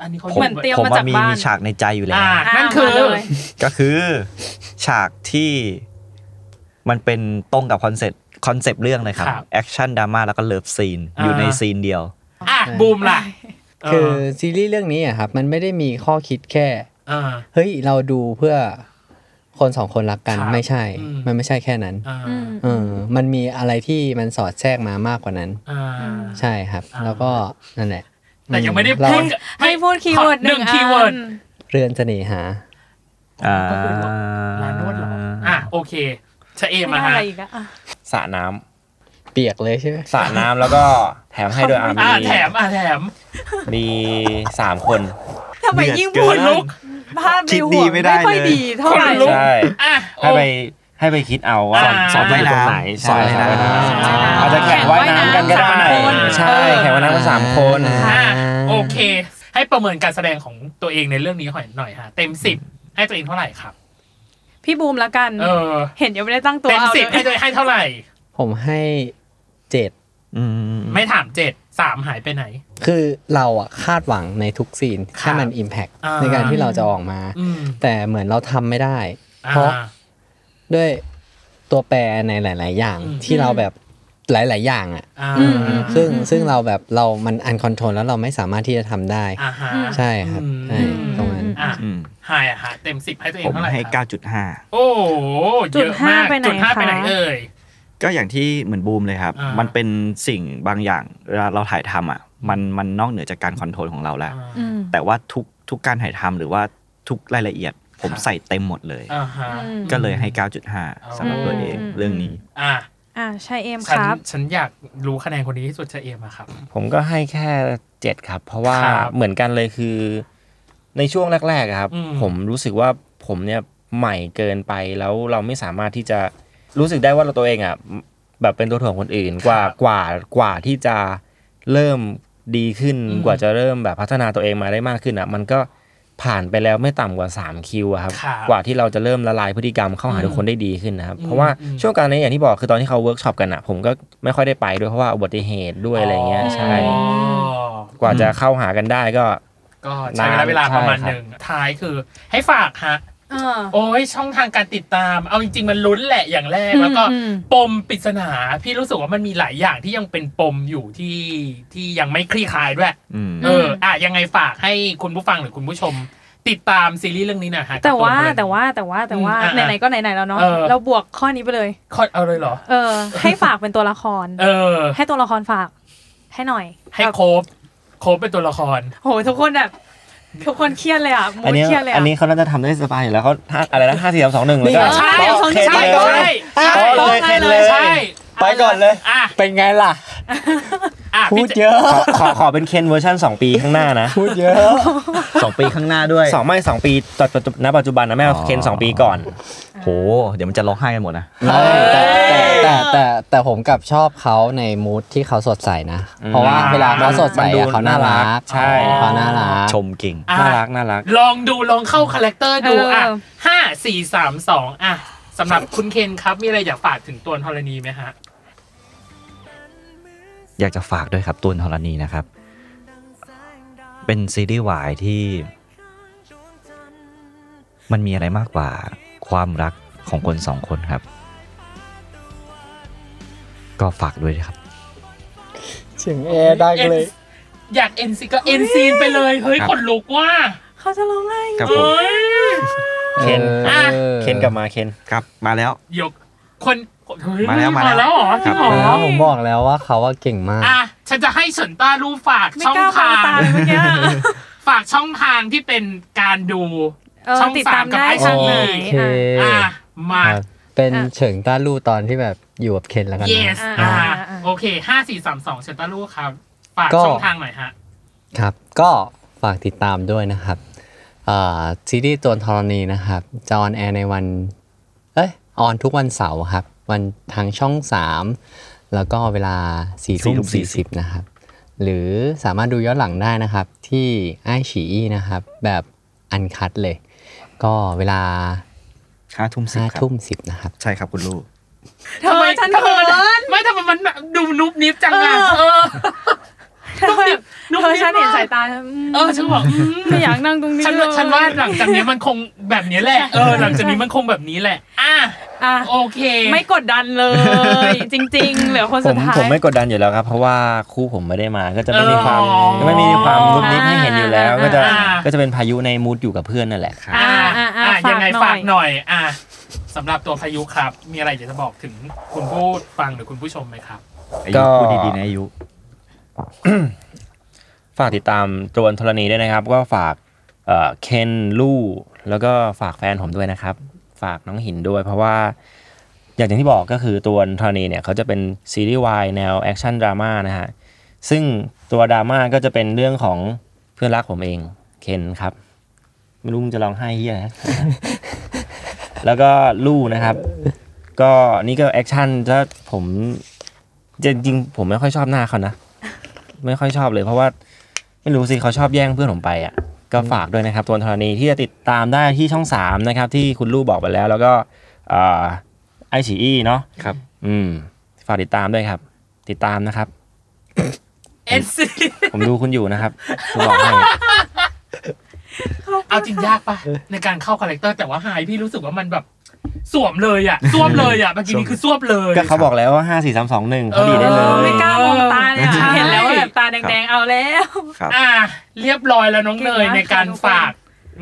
S3: อันนี้เขา
S4: ผม
S2: เหมือนเตรียม
S4: ผม
S2: มา
S4: ว่า
S2: จาก
S4: มี
S2: บ้าน
S4: มีฉากในใจอยู่แล้ว
S3: อ่า
S2: อ่ะ
S3: นั่นคือ
S2: มาเลย
S4: ก็คือฉากที่มันเป็นตรงกับคอนเซ็ปต์คอนเซปต์เรื่องเลยครับ
S3: ครับ
S4: แอคชั่นดราม่าแล้วก็เลิฟซีนอยู่
S3: อ่า
S4: ในซีนเดียว
S3: อ่ะบูมล่ะ
S5: คือซีรีส์เรื่องนี้อะครับ มันไม่ได้มีข้อคิดแค่
S3: เอ่า
S5: เฮ้ย เราดูเพื่อคนสองคนรักกัน
S3: ครับ
S5: ไม่ใช่
S3: อืม
S5: มันไม่ใช่แค่นั้น
S3: อ่า
S2: อืม
S5: เออมันมีอะไรที่มันสอดแทรกมามากกว่านั้น
S3: อ่า
S5: ใช่ครับ
S3: อ่า
S5: แล้วก็นั่นแหละ
S3: แต่ยังไม่ได้
S5: เรา
S3: พูด
S2: ให้พูดคีย์เวิร์ด
S3: ห
S2: ห
S3: นึ่
S2: นึ่
S3: ง
S2: ง
S3: คีย์เวิร์ด
S2: อัน
S5: เรือนเสน่หา
S4: อ่า
S3: ก็คือว่า ร้านนวดเหรออ่ะโอเคชะเอม
S2: ไม่ได้
S3: มาฮะ
S2: อะไรอีกอะอ่ะ
S6: สระน้ำ
S5: เปียกเลยใช่ไหม
S6: สระน้ำแล้วก็แถมให้ด้วยอ่ะ
S3: อ่า
S6: มี
S3: แถมอ่าแถม
S6: มีสามคน
S2: ทำไมยิ่ง
S4: เดื
S2: พู
S4: อ
S2: ด
S4: ด
S2: ลุ
S4: เน
S2: กภาพใน
S4: คิด
S2: หัว
S4: ดีไม่ได้
S2: ค่อย
S4: เลย
S2: ดีเท่าไหร่
S3: คนลุก
S6: ใช่
S3: อ่ะโอ
S6: ให้ไปให้ไปคิดเอาว่า
S3: อ่า
S4: สอนว่ายน้ำ
S6: ยู่ตรงไหน
S4: สอน
S6: ใช่
S4: ว่ายน้ำ
S6: สอน
S3: สอนว่าย
S6: ว่ายน้ำ
S3: น้ำ
S6: อาจจะแข่งว่ายน้ำกันก็ได้
S3: สามคน
S6: ใช่แข่งว่ายน้ำกันสามคน
S5: อ่า
S3: อ่ะโอเค ให้ประเมินการแสดงของตัวเองในเรื่องนี้หน่อยหน่อยฮะเต็มสิบให้ตัวเองเท่าไหร่ครับ
S2: พี่บูมละกัน
S3: เออ
S2: เห็นยังไม่ได้ตั้งตัว
S3: เต็ม
S2: เอา
S3: สิบ
S2: เล
S3: ให้
S2: ย
S3: ตัวเองให้เท่าไหร่
S5: ผมให้เจ็ด
S4: อืม
S3: ไม่ถามเจ็ดสามหายไปไหน
S5: คือเราอะคาดหวังในทุกซีน
S3: ครับ
S5: ถ้ามันอิมแพ t
S3: อ่า
S5: ในการที่เราจะออกมา
S3: อืม
S5: แต่เหมือนเราทำไม่ได้
S3: อ่า
S5: เพราะ ด้วยตัวแปรในหลาย ๆ อย่าง
S3: อืม
S5: ที่เราแบบหลาย ๆ อย่างอ่ะ
S3: อ่า
S5: ซึ่งซึ่งเราแบบเรามันอันคอนโทรลแล้วเราไม่สามารถที่จะทำได้
S3: อ่าฮะ
S5: ใช่ครับ
S3: อืม
S5: ใช่ตรงนั้น
S3: อ่ะ
S4: อืม
S3: หายอ่ะฮะเต็มสิบให้ตัวเอ
S4: ผ
S3: ง
S4: ม
S3: เท่าไหร่
S4: ให้
S3: ครับ
S4: 9.5
S3: โอ้โหเยอะมากจุดห้าไปไหนเอ่ย
S4: ก็อย่างที่เหมือนบูมเลยครับ
S3: อ่ามั
S4: มันเป็นสิ่งบางอย่างเวลาเราถ่ายทำอ่ะมันมันนอกเหนือจากการคอนโทรลของเราแล้ว
S3: อ่า
S4: แต่ว่าทุกทุกการถ่ายทำหรือว่าทุกรายละเอียด ผม
S3: ครับ
S4: ใส่เต็มหมดเลย
S3: อ่าฮะ
S4: ก็เลยให้ 9.5สำหรับตัวเองเรื่องนี้
S3: อ่ะ
S2: อ่าใช่เอมค
S3: ฉัน
S2: รับ
S3: ฉันอยากรู้คะแนนคนนี้ที่สุดจะเอมอะครับ
S6: ผมก็ให้แค่เจ็ดครับ เพราะว่า
S3: ครับ
S6: เหมือนกันเลยคือในช่วงแรกๆอะครับ
S3: อืม
S6: ผมรู้สึกว่าผมเนี่ยใหม่เกินไปแล้วเราไม่สามารถที่จะรู้สึกได้ว่าเราตัวเองอ่ะแบบเป็นตัวถ่วงคนอื่นกว่ากว่ากว่าที่จะเริ่มดีขึ้น
S3: อืม
S6: กว่าจะเริ่มแบบพัฒนาตัวเองมาได้มากขึ้นอ่ะ มันก็ผ่านไปแล้วไม่ต่ำกว่า3คิวอะครับ
S3: ครับ
S6: กว่าที่เราจะเริ่มละลายพฤติกรรมเข้าหาทุกคนได้ดีขึ้นนะครับ เพราะว่า
S3: อืม
S6: ช่วงการนี้อย่างที่บอกคือตอนที่เขาเวิร์กช็อปกันอ่ะ ผมก็ไม่ค่อยได้ไปด้วยเพราะว่าอุบัติเหตุด้วยอะไรเงี้ยใช่
S3: อ๋อ
S6: กว่าจะเข้าหากันได้ก็
S3: ก็ใช้เวลาเวลาประมาณหนึ่งท้ายคือ ให้ฝากฮะ
S2: เออ
S3: โอ้ยช่องทางการติดตาม เอาจริง ๆ มันลุ้นแหละอย่างแรก แล้วก็
S2: อืม
S3: ปมปริศนา พี่รู้สึกว่ามันมีหลายอย่างที่ยังเป็นปมอยู่ที่ที่ยังไม่คลี่คลายด้วย
S4: อืม
S3: เอออ่ะยังไงฝากให้คุณผู้ฟังหรือคุณผู้ชม ติดตามซีรีส์เรื่องนี้หนะฮะ
S2: แต่ว่า
S3: กับ
S2: แต่ว่าแต่ว่าแต่ว่า
S3: อืมอ่ะ
S2: ไหนๆก็ไหนๆแล้วเนาะ
S3: เออ
S2: เราบวกข้อนี้ไปเลย
S3: คอดเอาเลยเหรอ
S2: เออ ให้ฝากเป็นตัวละคร
S3: เออ
S2: ให้ตัวละครฝาก ให้หน่อย
S3: ให้
S2: แบบ
S3: โคบโคบเป็นตัวละคร
S2: โหทุกคนแบบทุกคนเครียดเลยอ่ะมู
S6: อัน
S2: ด
S6: นี้
S2: เครียดเลย
S6: อั
S2: อ่ะ
S6: นนี้เขาน่าจะทำได้สบายอยู่แล้วเขาห้าอะไรนะห้าสี่สามสองหนึ่งเลยก็
S5: นี่ไง
S3: ใช่
S6: โอเค
S3: ใช่
S6: เลย
S3: ใช่
S6: อ่ะ
S3: ใช่
S6: โอเคเลย
S3: ใช่
S6: ไปก่อนเลย
S3: อ่ะ
S5: เป็นไงล่ะ
S3: อ่ะ
S5: พู
S3: พี่
S5: ด
S3: เจ
S5: เยอะ
S6: ขอขอขอเป็นเคนเวอร์ชันสองปีข้างหน้านะ
S5: พูดเยอะ
S4: สองปีข้างหน้าด้วย
S6: สองไม่สองปีตอนปัจจุณปัจจุบันนะแม่เอา
S4: อ๋อ
S6: เคนสองปีก่อน
S4: โห เดี๋ยวมันจะร้องไห้กันหมดนะ
S5: ไม่แต่แต่แต่แต่แต่ผมกลับชอบเขาในมูดที่เขาสดใสนะ
S6: อืม
S5: เพราะว่าเวลาเขาสดใส
S6: มันดู
S5: อะเขาน่ารั
S6: น่ารั
S5: ก
S6: กใช่
S5: เขาน่ารัก
S4: ชมเก่ง
S3: อ่ะ
S6: น่ารักน่ารัก
S3: ลองดูลองเข้าคาแรคเตอร์ดู
S2: เอออ่
S3: อ่ะห้าสี่สามสองอ่ะสำหรับคุณเคนครับมีอะไรอยากฝากถึงตัวธรณีไหมฮะ
S4: อยากจะฝากด้วยครับตูนธรณีนะครับ เป็นซีรีส์วายที่ มันมีอะไรมากกว่าความรักของคนสองคนครับ ก็ฝากด้วยนะครับ
S5: เสียงแอร์ดังเลย
S3: อยากเอ็นซีก็เอ็นซีนไปเลยเฮ้ย
S4: ครับ
S3: ขนลุกว่า
S2: เขาจะร้องไห้
S4: ครับผม
S3: เอ้ย
S6: เคน
S5: ออ
S6: เคนกลับมาเคน
S4: ครับมาแล้ว
S3: ยกคนเฮ้ย
S4: มาแล้ว
S3: มา
S4: มาแล้
S3: แล้
S4: ว
S3: วเหรอจ
S4: ครั
S3: ริ
S4: บ
S3: งเหรอ
S5: เออผมบอกแล้วว่าเขาว่าเก่งมาก
S3: อ่ะฉันจะให้เฉินต้ารูฝาก
S2: ไม่
S3: ช่อง
S2: กล้ามอ
S3: ทางง
S2: ตาเลยเมื่อกี้
S3: ฝากช่องทางที่เป็นการดู
S2: เออ
S3: ช่อง
S2: ติดตาม
S3: สามกับ
S2: ได้
S3: ไอ้ช่
S2: ทา
S3: องง
S2: ไหน
S5: โอเค
S2: อ่ะ
S3: อ่ะมา
S5: ครับเป็น
S2: อ่ะ
S5: เฉิงต้าลู่ตอนที่แบบอยู่กับเคนแล้วกันนะ
S3: yes
S2: อ่า
S3: อ่ะ
S2: อ่า
S3: โอเคห้าสี่สามสองเฉินต้ารูครับ ฝาก
S5: ก็
S3: ช่องทางหน่อยฮะ
S5: ครับ ก็ฝากติดตามด้วยนะครับอ่าซีรีส์ตัวธรณีนะครับ จะออนแอร์ในวัน เอ้ย ออนทุกวันเสาร์ครับ วันทางช่อง 3 แล้วก็เวลา4ี่
S4: สี่
S5: ทุ่
S4: ทุ่
S5: ม
S4: ม
S5: สีนะครับ หรือสามารถดูย้อนหลังได้นะครับ ที่ไอฉีนะครับ แบบอันคัดเลย ก็เวลา
S4: ห้าทุ่มสิบ
S5: ห้า
S4: ครับ
S5: ทุ่มสิบนะครับ
S4: ใช่ครับคุณลูก
S2: ทำไมฉันเขิน
S3: ไม่ทำไมมันดูนุบนิบจังอ่ะเออ
S2: ทำไม
S3: นุ่ม
S2: เธอ
S3: นิ่ม
S2: ฉันเห็น
S3: มาก
S2: สายตาฉัน
S3: เออฉันบอกอืม
S2: ไม่อยากนั่งตรงนี้
S3: ฉัน
S2: เลย
S3: ฉันว่าหลังจากนี้มันคงแบบนี้แหละ เออหลังจากนี้มันคงแบบนี้แหละ อ่ะ
S2: อ่ะ
S3: โอเค
S2: ไม่กดดันเลย จริง ๆ เหลือคน
S6: ผ
S2: สุ
S6: ม
S2: ดท้าย
S6: ผมไม่กดดันอยู่แล้วครับ เพราะว่าคู่ผมไม่ได้มาก็จะไม่มีความ
S3: อ๋อ
S6: ไม่มีความนุบนิบให้เห็นอยู่แล้ว ก็จะ
S3: อ่า
S6: ก็จะเป็นพายุในมูดอยู่กับเพื่อนนั่นแหละ
S3: อ่า
S2: อ่าอ่าฝาก
S3: อ่ายังไง
S2: หน่อย
S3: ฝากหน่อย อ่ะสำหรับตัวพายุครับ มีอะไรอยากจะบอกถึงคุณผู้ฟังหรือคุณผู้ชมไหมครับ
S4: อายุพูดดีๆนะอายุ
S6: ฝากติดตามโจรธรณีด้วยนะครับ ก็ฝากเอ่อเคนลู่แล้วก็ฝากแฟนผมด้วยนะครับ ฝากน้องหินด้วย เพราะว่า อย่างที่บอกก็คือตัวธรณีเนี่ยเขาจะเป็นซีรีส์วายแนวแอคชั่นดราม่านะฮะซึ่งตัวดราม่าก็จะเป็นเรื่องของเพื่อนรักผมเองเคนครับ ไม่รู้มึงจะร้องไห้เฮียนะ แล้วก็ลู่นะครับ ก็นี่ก็แอคชั่นถ้าผมจริงๆผมไม่ค่อยชอบหน้าเขานะ ไม่ค่อยชอบเลยเพราะว่า ไม่รู้สิเขาชอบแย่งเพื่อนผมไปอ่ะก็ฝากด้วยนะครับตัวธรณีที่จะติดตามได้ที่ช่องสามนะครับ ที่คุณลู่บอกไปแล้ว แล้วก็ไอฉีอีเนาะ
S4: ครับ
S6: อืม ฝากติดตามด้วยครับ ติดตามนะครับ
S3: เอ็นซี
S6: ผมดูคุณอยู่นะครับผมบอกให้
S3: เอาจริงยากปะในการเข้าคาแรคเตอร์แต่ว่าไฮพี่รู้สึกว่ามันแบบสวมเลย อ่ะสวมเลยอ่ะเมื่อกี้นี้คือสวมเลย
S6: ก็เขาบอกแล้วว่าห้าสี่สามสองหนึ่งเขาดีดได้เล
S2: เออย ไม่กล้ามองตาเนี่ย
S3: ใช่
S2: เห็นแล้วว่าแบบตาแดงๆเอาแล้ว
S4: ครับ
S3: อ่ะเรียบร้อยแล้วน้องเนย
S2: เก่งมาก
S3: ในการ
S2: ค่ะ
S3: ฝาก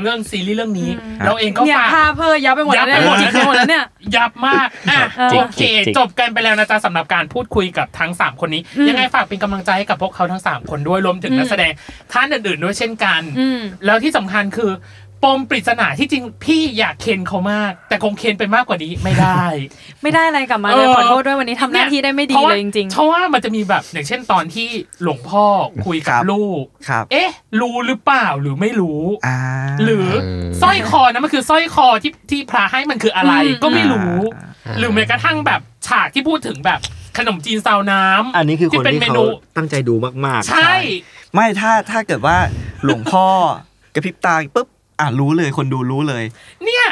S3: เรื่องซีรีส์เรื่องนี้ เราเองก็
S2: เนี่ย
S3: ฝาก
S2: พาเพอยับไปหมดแล้วเนี่ย
S3: ยับไปหมดแล้
S2: จิกไปหมดแล้
S3: ว
S2: วเนี่ย
S3: ยับมากอ่ะ
S6: จิ
S3: โอก เค
S6: จิกจิก
S3: จบกันไปแล้วนะจ๊ะสำหรับการพูดคุยกับทั้ง 3 คนนี้
S2: อืม
S3: ยังไงฝากเป็นกำลังใจให้กับพวกเขาทั้ง 3 คนด้วยรวมถึงนักแสดงท่านอื่นๆด้วยเช่นกัน
S2: อืม
S3: แล้วที่สำคัญคือ ปมปริศนาที่จริงพี่อยากเค้นเขามาก แต่คงเค้นไปมากกว่านี้ไม่ได้
S2: ไม่ได้อะไรกลับมาเลย
S3: เออ
S2: ขอโทษด้วยวันนี้ทำหน้าที่ได้ไม่ดีเลยจริง
S3: เพราะว่ามันจะมีแบบอย่างเช่นตอนที่หลวงพ่อคุย
S4: ค
S3: กั
S4: รั
S3: บบ ลูก
S4: ครับ
S3: เอ๊ะ รู้หรือเปล่าหรือไม่รู้
S4: อ่า
S3: หรือสร้อยคอนะมันคือสร้อยคอที่ที่พระให้มันคืออะไร
S2: อืม
S3: ก็ไม่รู้
S5: อ่า
S3: หรือแม้กระทั่งแบบฉากที่พูดถึงแบบขนมจีนซาวน้ำ
S4: อันนี้คือคน
S3: เป็น
S4: ที่
S3: เม
S4: เขา
S3: นู
S4: ตั้งใจดูมากๆ
S3: ใช่
S4: ไม่ถ้าถ้าเกิดว่าหลวงพ่อกระพริบตาปุ๊บอ่ะรู้เลยคนดูรู้เลย
S3: เนี่ย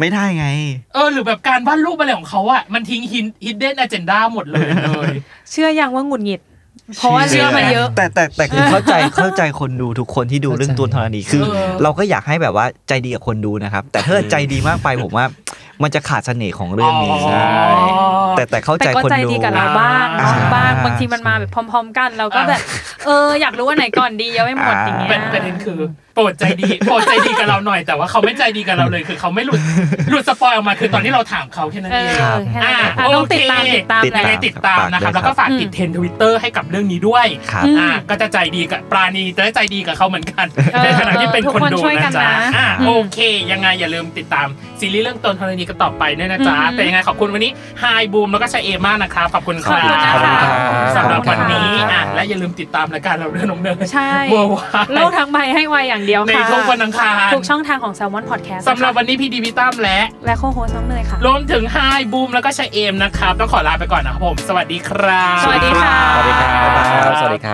S4: ไม่ได้ไง
S3: เออหรือแบบการวาดรูปอะไรของเขาอะมันทิ้งฮินฮิดเด้นอเจนดาหมดเลยเลย
S2: ๆ เชื่อยังว่าหงุดหงิด เพราะว่า
S3: เชื่
S2: เรื่
S3: อ
S2: องมันเยอะ
S4: แต่แต่แต่คือเข้าใจเข้าใจคนดูทุกคนที่ดูเรื่องตัวธรณีคือ
S3: เออ
S4: เราก็อยากให้แบบว่าใจดีกับคนดูนะครับ แต่ถ้าใจดีมากไปผมว่า มันจะขาดเสน่ห์ของเรื่องนี้
S3: อ๋อ
S4: ใช่แต่แต่เข้าใจ
S2: แต่ก็
S4: คน
S2: ใจ
S4: ดู
S2: ดีกับเราบ้าง
S3: อ่า
S2: น้องบ้างบางทีมันมาแบบพร้อม ๆ กัน เราก็แบบ เออ อยากรู้ว่าไหนก่อนดีเยอะไม่หมดอย่างเงี้ย
S3: เป็นประเด็นคือโปรดใจดีโปรดใจดีกับเราหน่อยแต่ว่าเขาไม่ใจดีกับเราเลยคือเขาไม่หลุดหลุดสปอยออกมาคือตอนที่เราถามเขาแค่นั้น
S2: เอ
S3: เอง
S2: อแค่นั้
S3: อ่ะ
S2: นอ่ะต้องติดตาม
S3: โอเค
S2: ติดตามแห
S3: ยัง
S2: ละ
S3: ไงติดตามนะครับ แล้วก็ฝากติดเทรนทวิตเตอร์ให้กับเรื่องนี้ด้วย
S4: ครับ
S3: อ่าก็จะใจดีกับปราณีจะได้ใจดีกับเขาเหมือนกัน
S2: เออ
S3: ในขณะที่เป็นค
S2: ทุ
S3: น
S2: กคน
S3: ดู
S2: ช่วยกั
S3: นะ
S2: น
S3: จ๊ะ
S2: นะ
S3: อ่า
S2: อืม
S3: โอเค ยังไงอย่าลืมติดตามซีรีส์เรื่องตนธรณีกันต่อไปด้วยนะจ๊ะ
S2: อืม
S3: แต่ยังไงขอบคุณวันนี้ไฮบูมแล้วก็ชาเอมากนะครับขอบคุณค
S2: ขอบ
S3: รั
S2: คุณนะ
S3: บ
S2: คะ
S4: ขอบคุณครับ
S3: สำหรับวันนี้
S4: ขอบคุณครับ
S3: อ่ะและอย่าลืมติดตามรายการเราเรื่องน้องเนย
S2: ใช่
S3: เวอร์ไวาย
S2: โลกทั้งใบให้ไวอย่างเดียว
S3: ใน
S2: ค่ะ
S3: ทุกวันอังคาร
S2: ทุกช่องทางของ Salmon Podcast
S3: สำหรับวันนี้พี่ดีพี่ตั้มและ
S2: และโคโฮสน้องเนยค่ะ
S3: รวมถึงไฮบูมแล้วก็ชาเอมนะครับต้องขอลาไปก่อนนะครับผม สวัสดีครับ
S2: สวัสดีค่ะ
S6: สวัสดีครับสวัสดีครับ